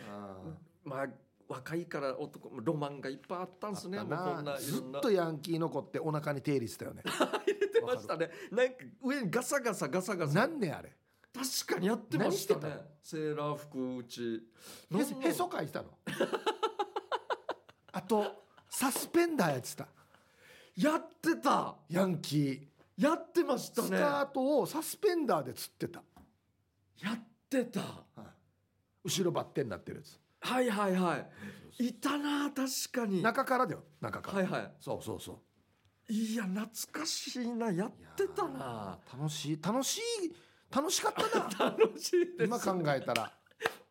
[SPEAKER 1] まあ若いから男ロマンがいっぱいあったんですね
[SPEAKER 2] あった
[SPEAKER 1] もうこん
[SPEAKER 2] な
[SPEAKER 1] ない
[SPEAKER 2] ず
[SPEAKER 1] ろんな
[SPEAKER 2] っとヤンキーの子ってお腹に手入れしてたよね
[SPEAKER 1] 入れてましたねなんか上にガサガサガサガサ
[SPEAKER 2] なんねあれ
[SPEAKER 1] 確かにやってましたね
[SPEAKER 2] 何してた
[SPEAKER 1] セーラー服うち
[SPEAKER 2] へ
[SPEAKER 1] なん
[SPEAKER 2] へそかいてたのあとサスペンダーやってた
[SPEAKER 1] やってた
[SPEAKER 2] ヤンキー
[SPEAKER 1] やってました
[SPEAKER 2] ス
[SPEAKER 1] ね
[SPEAKER 2] カートをサスペンダーで釣ってた
[SPEAKER 1] やってた
[SPEAKER 2] 後ろバッテンになってるやつ
[SPEAKER 1] はいはいはいいたな確かに
[SPEAKER 2] 中からだよ中から、
[SPEAKER 1] はいは
[SPEAKER 2] そうそうそ
[SPEAKER 1] いいや懐かしいなやっ
[SPEAKER 2] う
[SPEAKER 1] てたない
[SPEAKER 2] やー楽しい楽しい楽しかった な
[SPEAKER 1] 楽しいです
[SPEAKER 2] 今考えたら、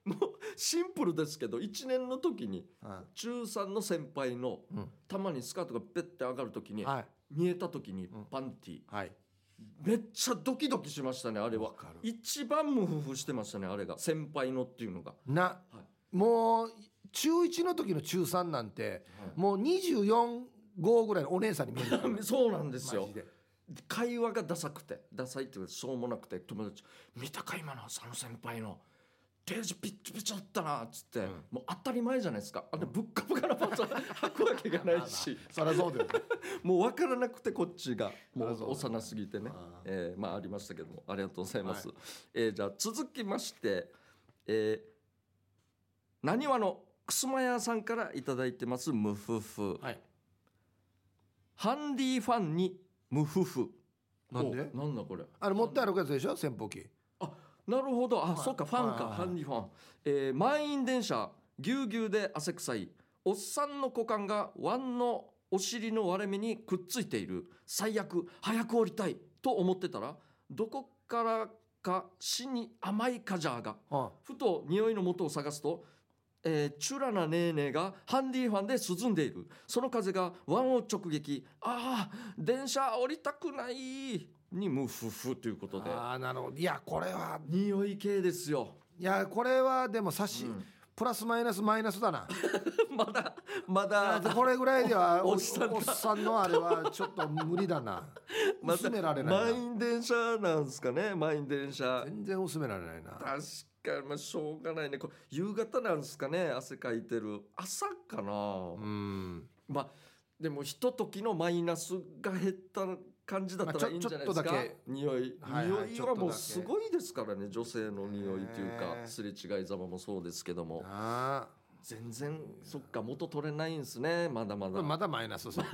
[SPEAKER 1] もうシンプルですけど1年の時に
[SPEAKER 2] う
[SPEAKER 1] 中3の先輩の
[SPEAKER 2] ん
[SPEAKER 1] たまにスカートがペッて上がる時に、
[SPEAKER 2] はい
[SPEAKER 1] 見えた時にパンティ、
[SPEAKER 2] はい
[SPEAKER 1] めっちゃドキドキしましたねあれは
[SPEAKER 2] わかる
[SPEAKER 1] 一番ムフフしてましたねあれが先輩のっていうのが、
[SPEAKER 2] な
[SPEAKER 1] はい
[SPEAKER 2] もう中1の時の中3なんてもう24号ぐらいのお姉さんに見えるか ら
[SPEAKER 1] そうなんですよ
[SPEAKER 2] マジで
[SPEAKER 1] 会話がダサくてダサいっていうかしょうもなくて友達「見たか今の佐野先輩のデージピッチピチだったな」っつって、
[SPEAKER 2] ん
[SPEAKER 1] もう当たり前じゃないですかあんなぶっかぶかな パンツ履くわけがないし
[SPEAKER 2] そりゃそうだよね
[SPEAKER 1] もう分からなくてこっちがも
[SPEAKER 2] あ
[SPEAKER 1] う
[SPEAKER 2] そう
[SPEAKER 1] 幼すぎてね
[SPEAKER 2] ああ
[SPEAKER 1] えーまあありましたけどもありがとうございます、えーじゃあ続きましてえー、なにわのくすまやさんからいただいてますムフフ、
[SPEAKER 2] はい
[SPEAKER 1] ハンディファンにムフフ
[SPEAKER 2] なんで
[SPEAKER 1] おなんだこれ
[SPEAKER 2] あれ持って歩くやつでしょ扇風機
[SPEAKER 1] あなるほどあ、
[SPEAKER 2] い
[SPEAKER 1] そっかファンか、
[SPEAKER 2] はい
[SPEAKER 1] ハンディファン、えー満員電車ぎゅうぎゅうで汗臭いおっさんの股間がワンのお尻の割れ目にくっついている最悪早く降りたいと思ってたらどこからか死に甘いカジャーが
[SPEAKER 2] は
[SPEAKER 1] ふと匂いの元を探すと、えー、チュラなネーネーがハンディファンで涼んでいるその風がワンを直撃ああ電車降りたくないにムフフということで
[SPEAKER 2] ああなるほどいやこれは
[SPEAKER 1] 匂い系ですよ
[SPEAKER 2] いやこれはでも差し、
[SPEAKER 1] うん
[SPEAKER 2] プラスマイナスマイナスだな
[SPEAKER 1] まだまだ
[SPEAKER 2] これぐらいではお
[SPEAKER 1] お
[SPEAKER 2] お
[SPEAKER 1] お
[SPEAKER 2] っ
[SPEAKER 1] っさんだ
[SPEAKER 2] さんのあれはちょっと無理だな
[SPEAKER 1] まだ
[SPEAKER 2] 薄められない
[SPEAKER 1] 満
[SPEAKER 2] な
[SPEAKER 1] 員電車なんですかね満員電車
[SPEAKER 2] 全然薄められないな
[SPEAKER 1] 確かにまあしょうがないねこれ夕方なんですかね汗かいてる朝かな、
[SPEAKER 2] うん、
[SPEAKER 1] まあでもひとときのマイナスが減った感じだった
[SPEAKER 2] まあ
[SPEAKER 1] ら
[SPEAKER 2] ちょ
[SPEAKER 1] いいんじゃないで
[SPEAKER 2] ちょ
[SPEAKER 1] す
[SPEAKER 2] っと
[SPEAKER 1] か、
[SPEAKER 2] だけ
[SPEAKER 1] 匂い、
[SPEAKER 2] はいはい
[SPEAKER 1] 匂
[SPEAKER 2] ち
[SPEAKER 1] い
[SPEAKER 2] ょ
[SPEAKER 1] は
[SPEAKER 2] っとだけ
[SPEAKER 1] もうすごいですからね女性の匂いという
[SPEAKER 2] へ
[SPEAKER 1] か
[SPEAKER 2] え
[SPEAKER 1] すれ違いざまもそうですけども
[SPEAKER 2] あ
[SPEAKER 1] 全然そっか元取れないんですねまだま
[SPEAKER 2] あ
[SPEAKER 1] だ
[SPEAKER 2] まだマイナスさ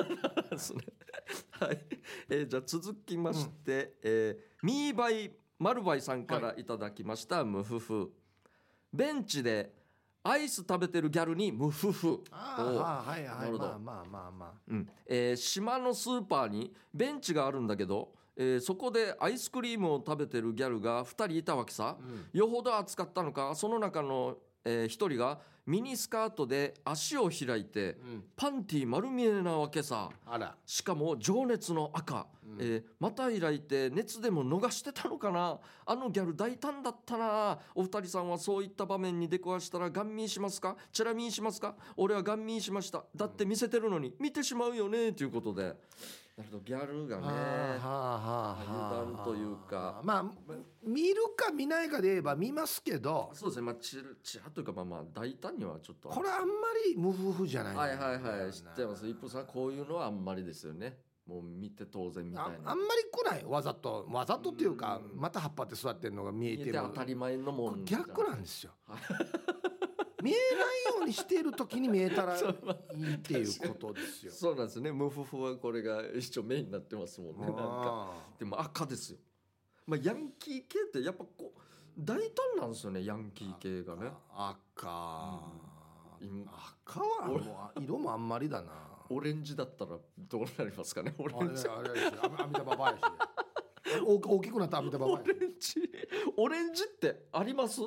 [SPEAKER 1] ですね。 はい、えーじゃあ続きまして、えーミーバイマルバイさんからいただきました、ムフフ。ベンチでアイス食べてるギャルにムフフ。お
[SPEAKER 2] ああはいは
[SPEAKER 1] ないるほど
[SPEAKER 2] まあまあまあま
[SPEAKER 1] うんえー島のスーパーにベンチがあるんだけど、えーそこでアイスクリームを食べてるギャルが2人いたわけさ、
[SPEAKER 2] あ、うん
[SPEAKER 1] よほど暑かったのかその中のえー一人がミニスカートで足を開いて
[SPEAKER 2] うん、
[SPEAKER 1] パンティ丸見えなわけさ
[SPEAKER 2] あら、
[SPEAKER 1] しかも情熱の赤、
[SPEAKER 2] うん
[SPEAKER 1] えーまた開いて熱でも逃してたのかなあのギャル大胆だったなお二人さんはそういった場面に出くわしたらガン見しますかチラ見しますか俺はガン見しましただって見せてるのに見てしまうよねということでなるほどギャルがね
[SPEAKER 2] はあはあはあ
[SPEAKER 1] 油断というか
[SPEAKER 2] まあ見るか見ないかで言えば見ますけど
[SPEAKER 1] そうですねまあチラチラというかまあまあ大胆にはちょっと
[SPEAKER 2] これあんまり無夫婦じゃない
[SPEAKER 1] はいはいはい知ってます一歩さんこういうのはあんまりですよねもう見て当然みた
[SPEAKER 2] あ
[SPEAKER 1] い
[SPEAKER 2] あん
[SPEAKER 1] な
[SPEAKER 2] まり来ないわざとわざとっていうか
[SPEAKER 1] うん
[SPEAKER 2] また葉っぱって座ってるのが見え
[SPEAKER 1] 見
[SPEAKER 2] て
[SPEAKER 1] え
[SPEAKER 2] る
[SPEAKER 1] て当たり前のも
[SPEAKER 2] これ
[SPEAKER 1] ん
[SPEAKER 2] 逆なんですよ
[SPEAKER 1] は
[SPEAKER 2] 見えないようにしている時に見えたらいいっていうことですよ
[SPEAKER 1] そうなんですね。ムフフはこれが一応メインになってますもんね。なんか
[SPEAKER 2] あ
[SPEAKER 1] でも赤ですよ。まあヤンキー系ってやっぱこう大胆なんですよね。ヤンキー系がね。
[SPEAKER 2] あ赤
[SPEAKER 1] うん
[SPEAKER 2] 赤はもう色もあんまりだな
[SPEAKER 1] オレンジだったらどうなりますかね。オレ
[SPEAKER 2] あれ
[SPEAKER 1] ンジ。
[SPEAKER 2] あれですよあ阿弥陀ババやしお大きくなった阿弥陀ババ
[SPEAKER 1] オ
[SPEAKER 2] や
[SPEAKER 1] レンジ。オレンジってあります？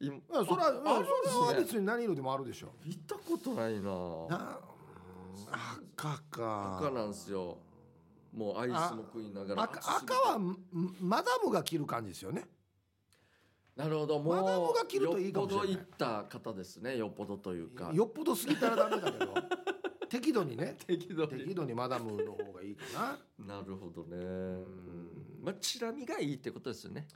[SPEAKER 1] 今
[SPEAKER 2] いやそれは
[SPEAKER 1] あ
[SPEAKER 2] いやそれは
[SPEAKER 1] あるんですね。
[SPEAKER 2] 別に何色でもあるでしょ
[SPEAKER 1] 見たことないな。
[SPEAKER 2] な赤か
[SPEAKER 1] 赤なんですよ。もうアイスも食いながら。
[SPEAKER 2] 赤
[SPEAKER 1] 暑すぎ
[SPEAKER 2] 赤
[SPEAKER 1] て
[SPEAKER 2] はんマダムが着る感じですよね
[SPEAKER 1] なるほど。もう
[SPEAKER 2] マダムが着るといいかもしれない
[SPEAKER 1] よっぽど行った方ですね。よっぽどというか。
[SPEAKER 2] よっぽど過ぎたらダメだけど 適度にね
[SPEAKER 1] 適度に
[SPEAKER 2] 適度にマダムの方がいいか
[SPEAKER 1] なるほどね。まあ、チラ見がいいってことですよね。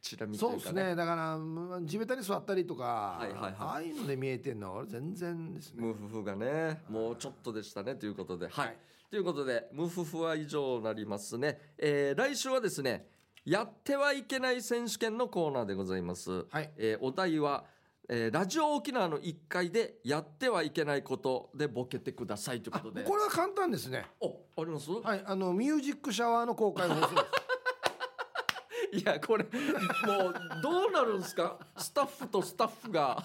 [SPEAKER 1] チラ
[SPEAKER 2] な
[SPEAKER 1] 見と
[SPEAKER 2] そう
[SPEAKER 1] い
[SPEAKER 2] で
[SPEAKER 1] うか
[SPEAKER 2] す
[SPEAKER 1] ね。
[SPEAKER 2] ねだからうん地べたに座ったりとか、
[SPEAKER 1] はいはいはい
[SPEAKER 2] ああいうので見えてんのは俺全然ですね
[SPEAKER 1] ムフフがね、もうちょっとでしたねということで、はい。
[SPEAKER 2] はい
[SPEAKER 1] ということで、ムフフは以上になりますね。えー来週はですね、やってはいけない選手権のコーナーでございます。
[SPEAKER 2] はい
[SPEAKER 1] えーお題は、えーラジオ沖縄の1階でやってはいけないことでボケてくださいということで。
[SPEAKER 2] これは簡単ですね
[SPEAKER 1] お、あります、
[SPEAKER 2] はいあのミュージックシャワーの公開放 送です
[SPEAKER 1] い、や、これ、もう、どうなるんですかスタッフとスタッフが。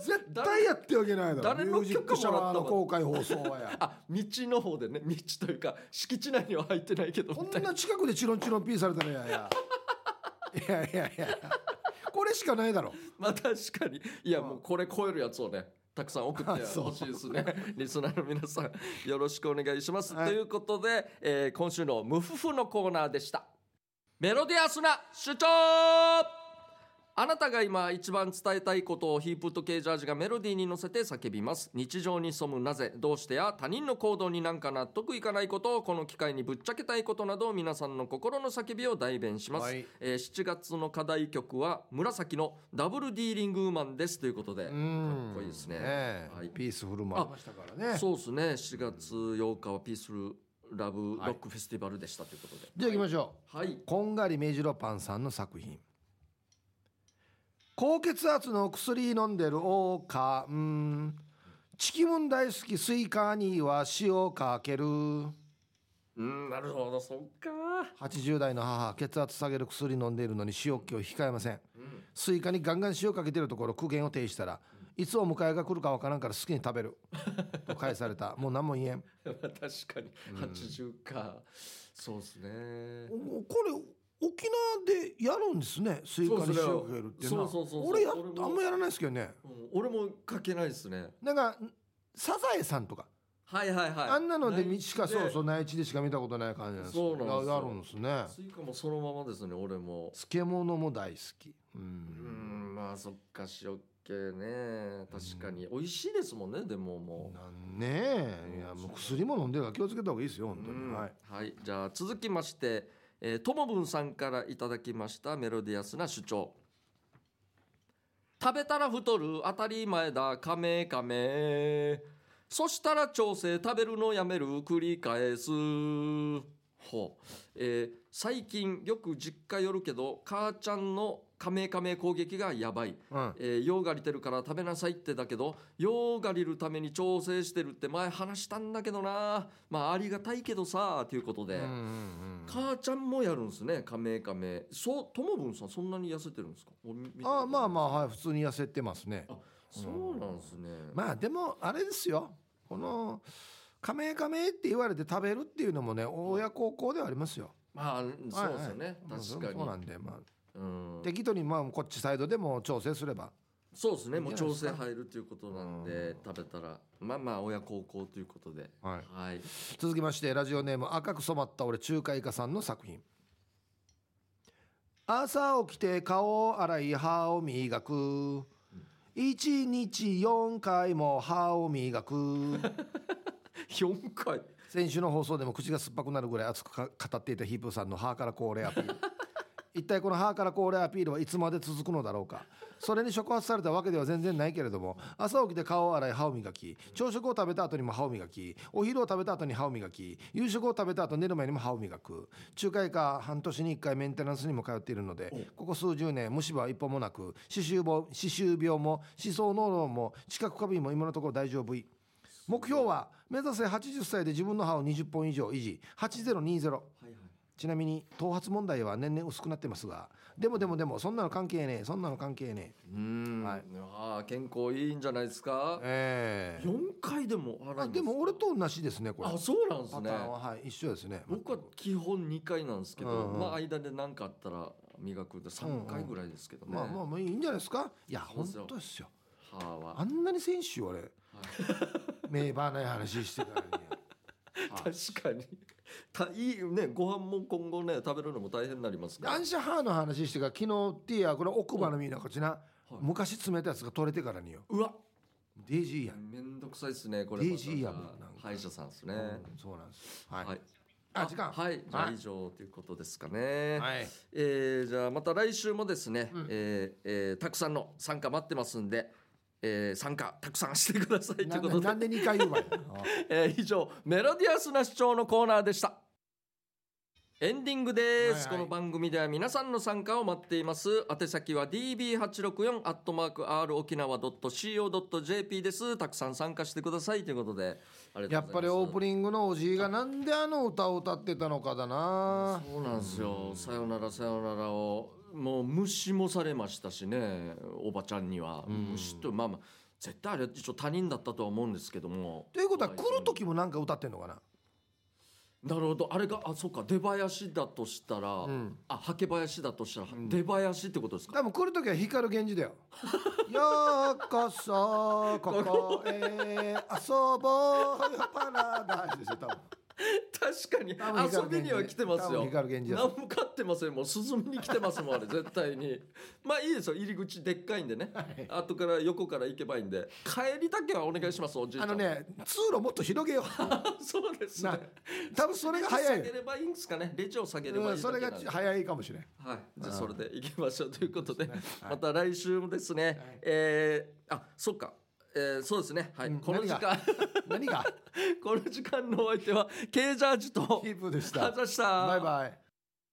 [SPEAKER 2] 絶対やってはいけないだろ
[SPEAKER 1] 誰の
[SPEAKER 2] ミュージックシャワーの公開放送はや
[SPEAKER 1] あ道の方でね道というか敷地内には入ってないけど
[SPEAKER 2] こ
[SPEAKER 1] み
[SPEAKER 2] ん
[SPEAKER 1] たいな
[SPEAKER 2] な近くでチロンチロンピーされたらややいやいやいやいやこれしかないだろ
[SPEAKER 1] まあ確かにいやもうこれ超えるやつをねたくさん送って
[SPEAKER 2] あそう
[SPEAKER 1] ほしいですね リスナーの皆さんよろしくお願いします、
[SPEAKER 2] はい
[SPEAKER 1] ということで、えー今週の「ムフフ」のコーナーでしたメロディアスな主張あなたが今一番伝えたいことをヒープとケージャージがメロディーに乗せて叫びます日常に潜むなぜどうしてや他人の行動になんか納得いかないことをこの機会にぶっちゃけたいことなど皆さんの心の叫びを代弁します、
[SPEAKER 2] はい
[SPEAKER 1] えー7月の課題曲は紫のダブルディーリングウーマンですということで、
[SPEAKER 2] う
[SPEAKER 1] か
[SPEAKER 2] ん
[SPEAKER 1] っこいいですね
[SPEAKER 2] え
[SPEAKER 1] はい
[SPEAKER 2] ピースフルもありましたからね
[SPEAKER 1] そうですね7月8日はピースフルラブロックフェスティバルでしたということで、
[SPEAKER 2] じゃあ行きましょう
[SPEAKER 1] はい
[SPEAKER 2] こんがり目白パンさんの作品高血圧の薬飲んでるおかんチキムン大好きスイカには塩かける
[SPEAKER 1] うんなるほどそっか、
[SPEAKER 2] 80代の母血圧下げる薬飲んでいるのに塩気を控えません
[SPEAKER 1] うん
[SPEAKER 2] スイカにガンガン塩かけてるところ苦言を呈したらいつお迎えが来るかわからんから好きに食べる と返されたもう何も言えん
[SPEAKER 1] まあ 確かに80か、そうですね
[SPEAKER 2] おこれ沖縄でやるんですねスイカに塩かけるってな
[SPEAKER 1] そうそうそうそう
[SPEAKER 2] 俺やっ
[SPEAKER 1] 俺も
[SPEAKER 2] あんまやらないですけどね
[SPEAKER 1] うん俺もかけないですね
[SPEAKER 2] なんかサザエさんとか、
[SPEAKER 1] はいはいはい
[SPEAKER 2] あんなので
[SPEAKER 1] ない
[SPEAKER 2] しかそうそう内地でしか見たことない感じなんです
[SPEAKER 1] そうなんですよ
[SPEAKER 2] ややるんですね
[SPEAKER 1] スイカもそのままですね俺も
[SPEAKER 2] 漬物も大好きう
[SPEAKER 1] うんんまあそっか塩系ね確かに美味しいですもんねでももう
[SPEAKER 2] なんねえいやもう薬も飲んでるから気をつけた方がいいですよ本当
[SPEAKER 1] うん
[SPEAKER 2] に、はい、
[SPEAKER 1] じゃあ続きまして、えー、ともぶんさんからいただきましたメロディアスな主張食べたら太る当たり前だカメカメそしたら調整食べるのやめる繰り返すほう、えー最近よく実家寄るけど母ちゃんのカメカメ攻撃がやばい
[SPEAKER 2] うん、
[SPEAKER 1] えー、用がりてるから食べなさいってだけど用がりるために調整してるって前話したんだけどなまあありがたいけどさということで、
[SPEAKER 2] うんうんうん
[SPEAKER 1] 母ちゃんもやるんですねカメカメそうともぶんさんそんなに痩せてるんですかおみ見たこと
[SPEAKER 2] あまあま
[SPEAKER 1] あ
[SPEAKER 2] あはい普通に痩せてますね
[SPEAKER 1] そうなんですね、
[SPEAKER 2] まあでもあれですよこの「カメカメ」って言われて食べるっていうのもね親孝行ではありますよ
[SPEAKER 1] まあそうですよね、
[SPEAKER 2] はいはい
[SPEAKER 1] 確かに
[SPEAKER 2] そうなんでまあ
[SPEAKER 1] うん
[SPEAKER 2] 適度にまあこっちサイドでも調整すれば
[SPEAKER 1] そうですねもう
[SPEAKER 2] いいんじゃな
[SPEAKER 1] 調
[SPEAKER 2] いです
[SPEAKER 1] 整
[SPEAKER 2] か
[SPEAKER 1] 入るということなんで
[SPEAKER 2] うん
[SPEAKER 1] 食べたらまあまあ親孝行ということで
[SPEAKER 2] はい
[SPEAKER 1] はい
[SPEAKER 2] 続きましてラジオネーム赤く染まった俺中華イカさんの作品朝起きて顔を洗い歯を磨く一日4回も歯を磨く
[SPEAKER 1] 4回
[SPEAKER 2] 先週の放送でも口が酸っぱくなるぐらい熱くか語っていたヒープーさんの歯からこれアピール 一体この歯からこれアピールはいつまで続くのだろうかそれに触発されたわけでは全然ないけれども朝起きて顔を洗い歯を磨き朝食を食べた後にも歯を磨きお昼を食べた後に歯を磨き夕食を食べた後寝る前にも歯を磨く中華医科半年に1回メンテナンスにも通っているのでここ数十年虫歯は一本もなく歯周病歯周病も歯槽膿漏も知覚過敏も今のところ大丈夫い目標は目指せ80歳で自分の歯を20本以上維持8020
[SPEAKER 1] はいはい
[SPEAKER 2] ちなみに頭髪問題は年々薄くなってますがでもでもでもそんなの関係ねえそんなの関係ねえ
[SPEAKER 1] うーん、
[SPEAKER 2] はい
[SPEAKER 1] いやー健康いいんじゃないですか
[SPEAKER 2] ええ
[SPEAKER 1] 4回でも洗いま
[SPEAKER 2] あ
[SPEAKER 1] す
[SPEAKER 2] でも俺と同じですねこれ
[SPEAKER 1] あそうなんです
[SPEAKER 2] パタ
[SPEAKER 1] ね
[SPEAKER 2] ーンは、はい、一緒ですね
[SPEAKER 1] 僕は基本2回なんですけど、
[SPEAKER 2] うんうん
[SPEAKER 1] まあ間で何かあったら磨くで3回ぐらいですけどね、
[SPEAKER 2] まあまあまあいいんじゃないですかいや
[SPEAKER 1] そう
[SPEAKER 2] 本
[SPEAKER 1] ですよ
[SPEAKER 2] 当ですよ
[SPEAKER 1] 歯は
[SPEAKER 2] あんなに先週俺名場ない話してたのにはい
[SPEAKER 1] 確 かにたいいねご飯も今後ね食べるのも大変になりますから
[SPEAKER 2] 男子歯の話してから昨日ティアこれ奥歯のみんなこっちな
[SPEAKER 1] はい
[SPEAKER 2] 昔詰めたやつが取れてからによ
[SPEAKER 1] うわ
[SPEAKER 2] デイジーやん
[SPEAKER 1] めんどくさいですねこれ
[SPEAKER 2] DG やもん
[SPEAKER 1] また
[SPEAKER 2] なんか
[SPEAKER 1] 歯医者さんですね、
[SPEAKER 2] うんそうなんです。はい。あ時間
[SPEAKER 1] はいじゃあ
[SPEAKER 2] はい
[SPEAKER 1] 以上ということですかね、
[SPEAKER 2] はい。
[SPEAKER 1] えーじゃあまた来週もですね、
[SPEAKER 2] うん
[SPEAKER 1] えーえーたくさんの参加待ってますんで、えー参加たくさんしてくださいと
[SPEAKER 2] ない
[SPEAKER 1] うんこ
[SPEAKER 2] で
[SPEAKER 1] とで
[SPEAKER 2] なん、で二 回言うわよ。
[SPEAKER 1] えー以上メロディアスな主張のコーナーでしたエンディングです、
[SPEAKER 2] は
[SPEAKER 1] こ
[SPEAKER 2] いはい
[SPEAKER 1] の番組では皆さんの参加を待っています宛先は db864 アットマーク r 沖縄 .co.jp ですたくさん参加してくださいということでありが
[SPEAKER 2] やっ
[SPEAKER 1] とうご
[SPEAKER 2] ぱ
[SPEAKER 1] ざいま
[SPEAKER 2] り
[SPEAKER 1] す
[SPEAKER 2] オープニングのおじいがなんであの歌を歌ってたのかだな。
[SPEAKER 1] そうなんですよ「さよならさよなら」をもう無視もされましたしねおばちゃんには、無視とまあまあ絶対あれ一応他人だったとは思うんですけども
[SPEAKER 2] ということは来
[SPEAKER 1] かわいそう
[SPEAKER 2] る
[SPEAKER 1] に
[SPEAKER 2] 時もなんか歌ってんのかな。
[SPEAKER 1] なるほどあれがあそうか出囃子だとしたら、
[SPEAKER 2] ん
[SPEAKER 1] あはけ囃子だとしたら、出囃子ってことですか
[SPEAKER 2] 多分来る時は光源氏だよ。ようこそここへ遊ぼう よパラダイスですよ多分。
[SPEAKER 1] 確かに
[SPEAKER 2] 多
[SPEAKER 1] 遊
[SPEAKER 2] 分光源氏
[SPEAKER 1] びには来てます
[SPEAKER 2] 多
[SPEAKER 1] よ
[SPEAKER 2] 分光源氏だ
[SPEAKER 1] 何も買ってませんもう涼みに来てますもんあ れ絶対にまあいいですよ入り口でっかいんでね、後から横から行けばいいんで帰りだけはお願いしますおじいちゃ
[SPEAKER 2] あ
[SPEAKER 1] ん
[SPEAKER 2] のね通路もっと広げよう。
[SPEAKER 1] そうですね
[SPEAKER 2] な。多分それが早い
[SPEAKER 1] 下げればいいんですかね。レジを下げれば
[SPEAKER 2] う
[SPEAKER 1] いい
[SPEAKER 2] んそ
[SPEAKER 1] だ
[SPEAKER 2] れ
[SPEAKER 1] けな
[SPEAKER 2] が
[SPEAKER 1] んで。
[SPEAKER 2] 早いかもしれん。
[SPEAKER 1] はい。じゃあそれで行きましょうということで、
[SPEAKER 2] はい
[SPEAKER 1] また来週もですね。えーあ、そっか。えーそうですね。はい。
[SPEAKER 2] うん
[SPEAKER 1] この時
[SPEAKER 2] 何が
[SPEAKER 1] 間、
[SPEAKER 2] 何が
[SPEAKER 1] この時間のお相手はケージャージと
[SPEAKER 2] キープでした
[SPEAKER 1] あ。ざした。
[SPEAKER 2] バイバイ。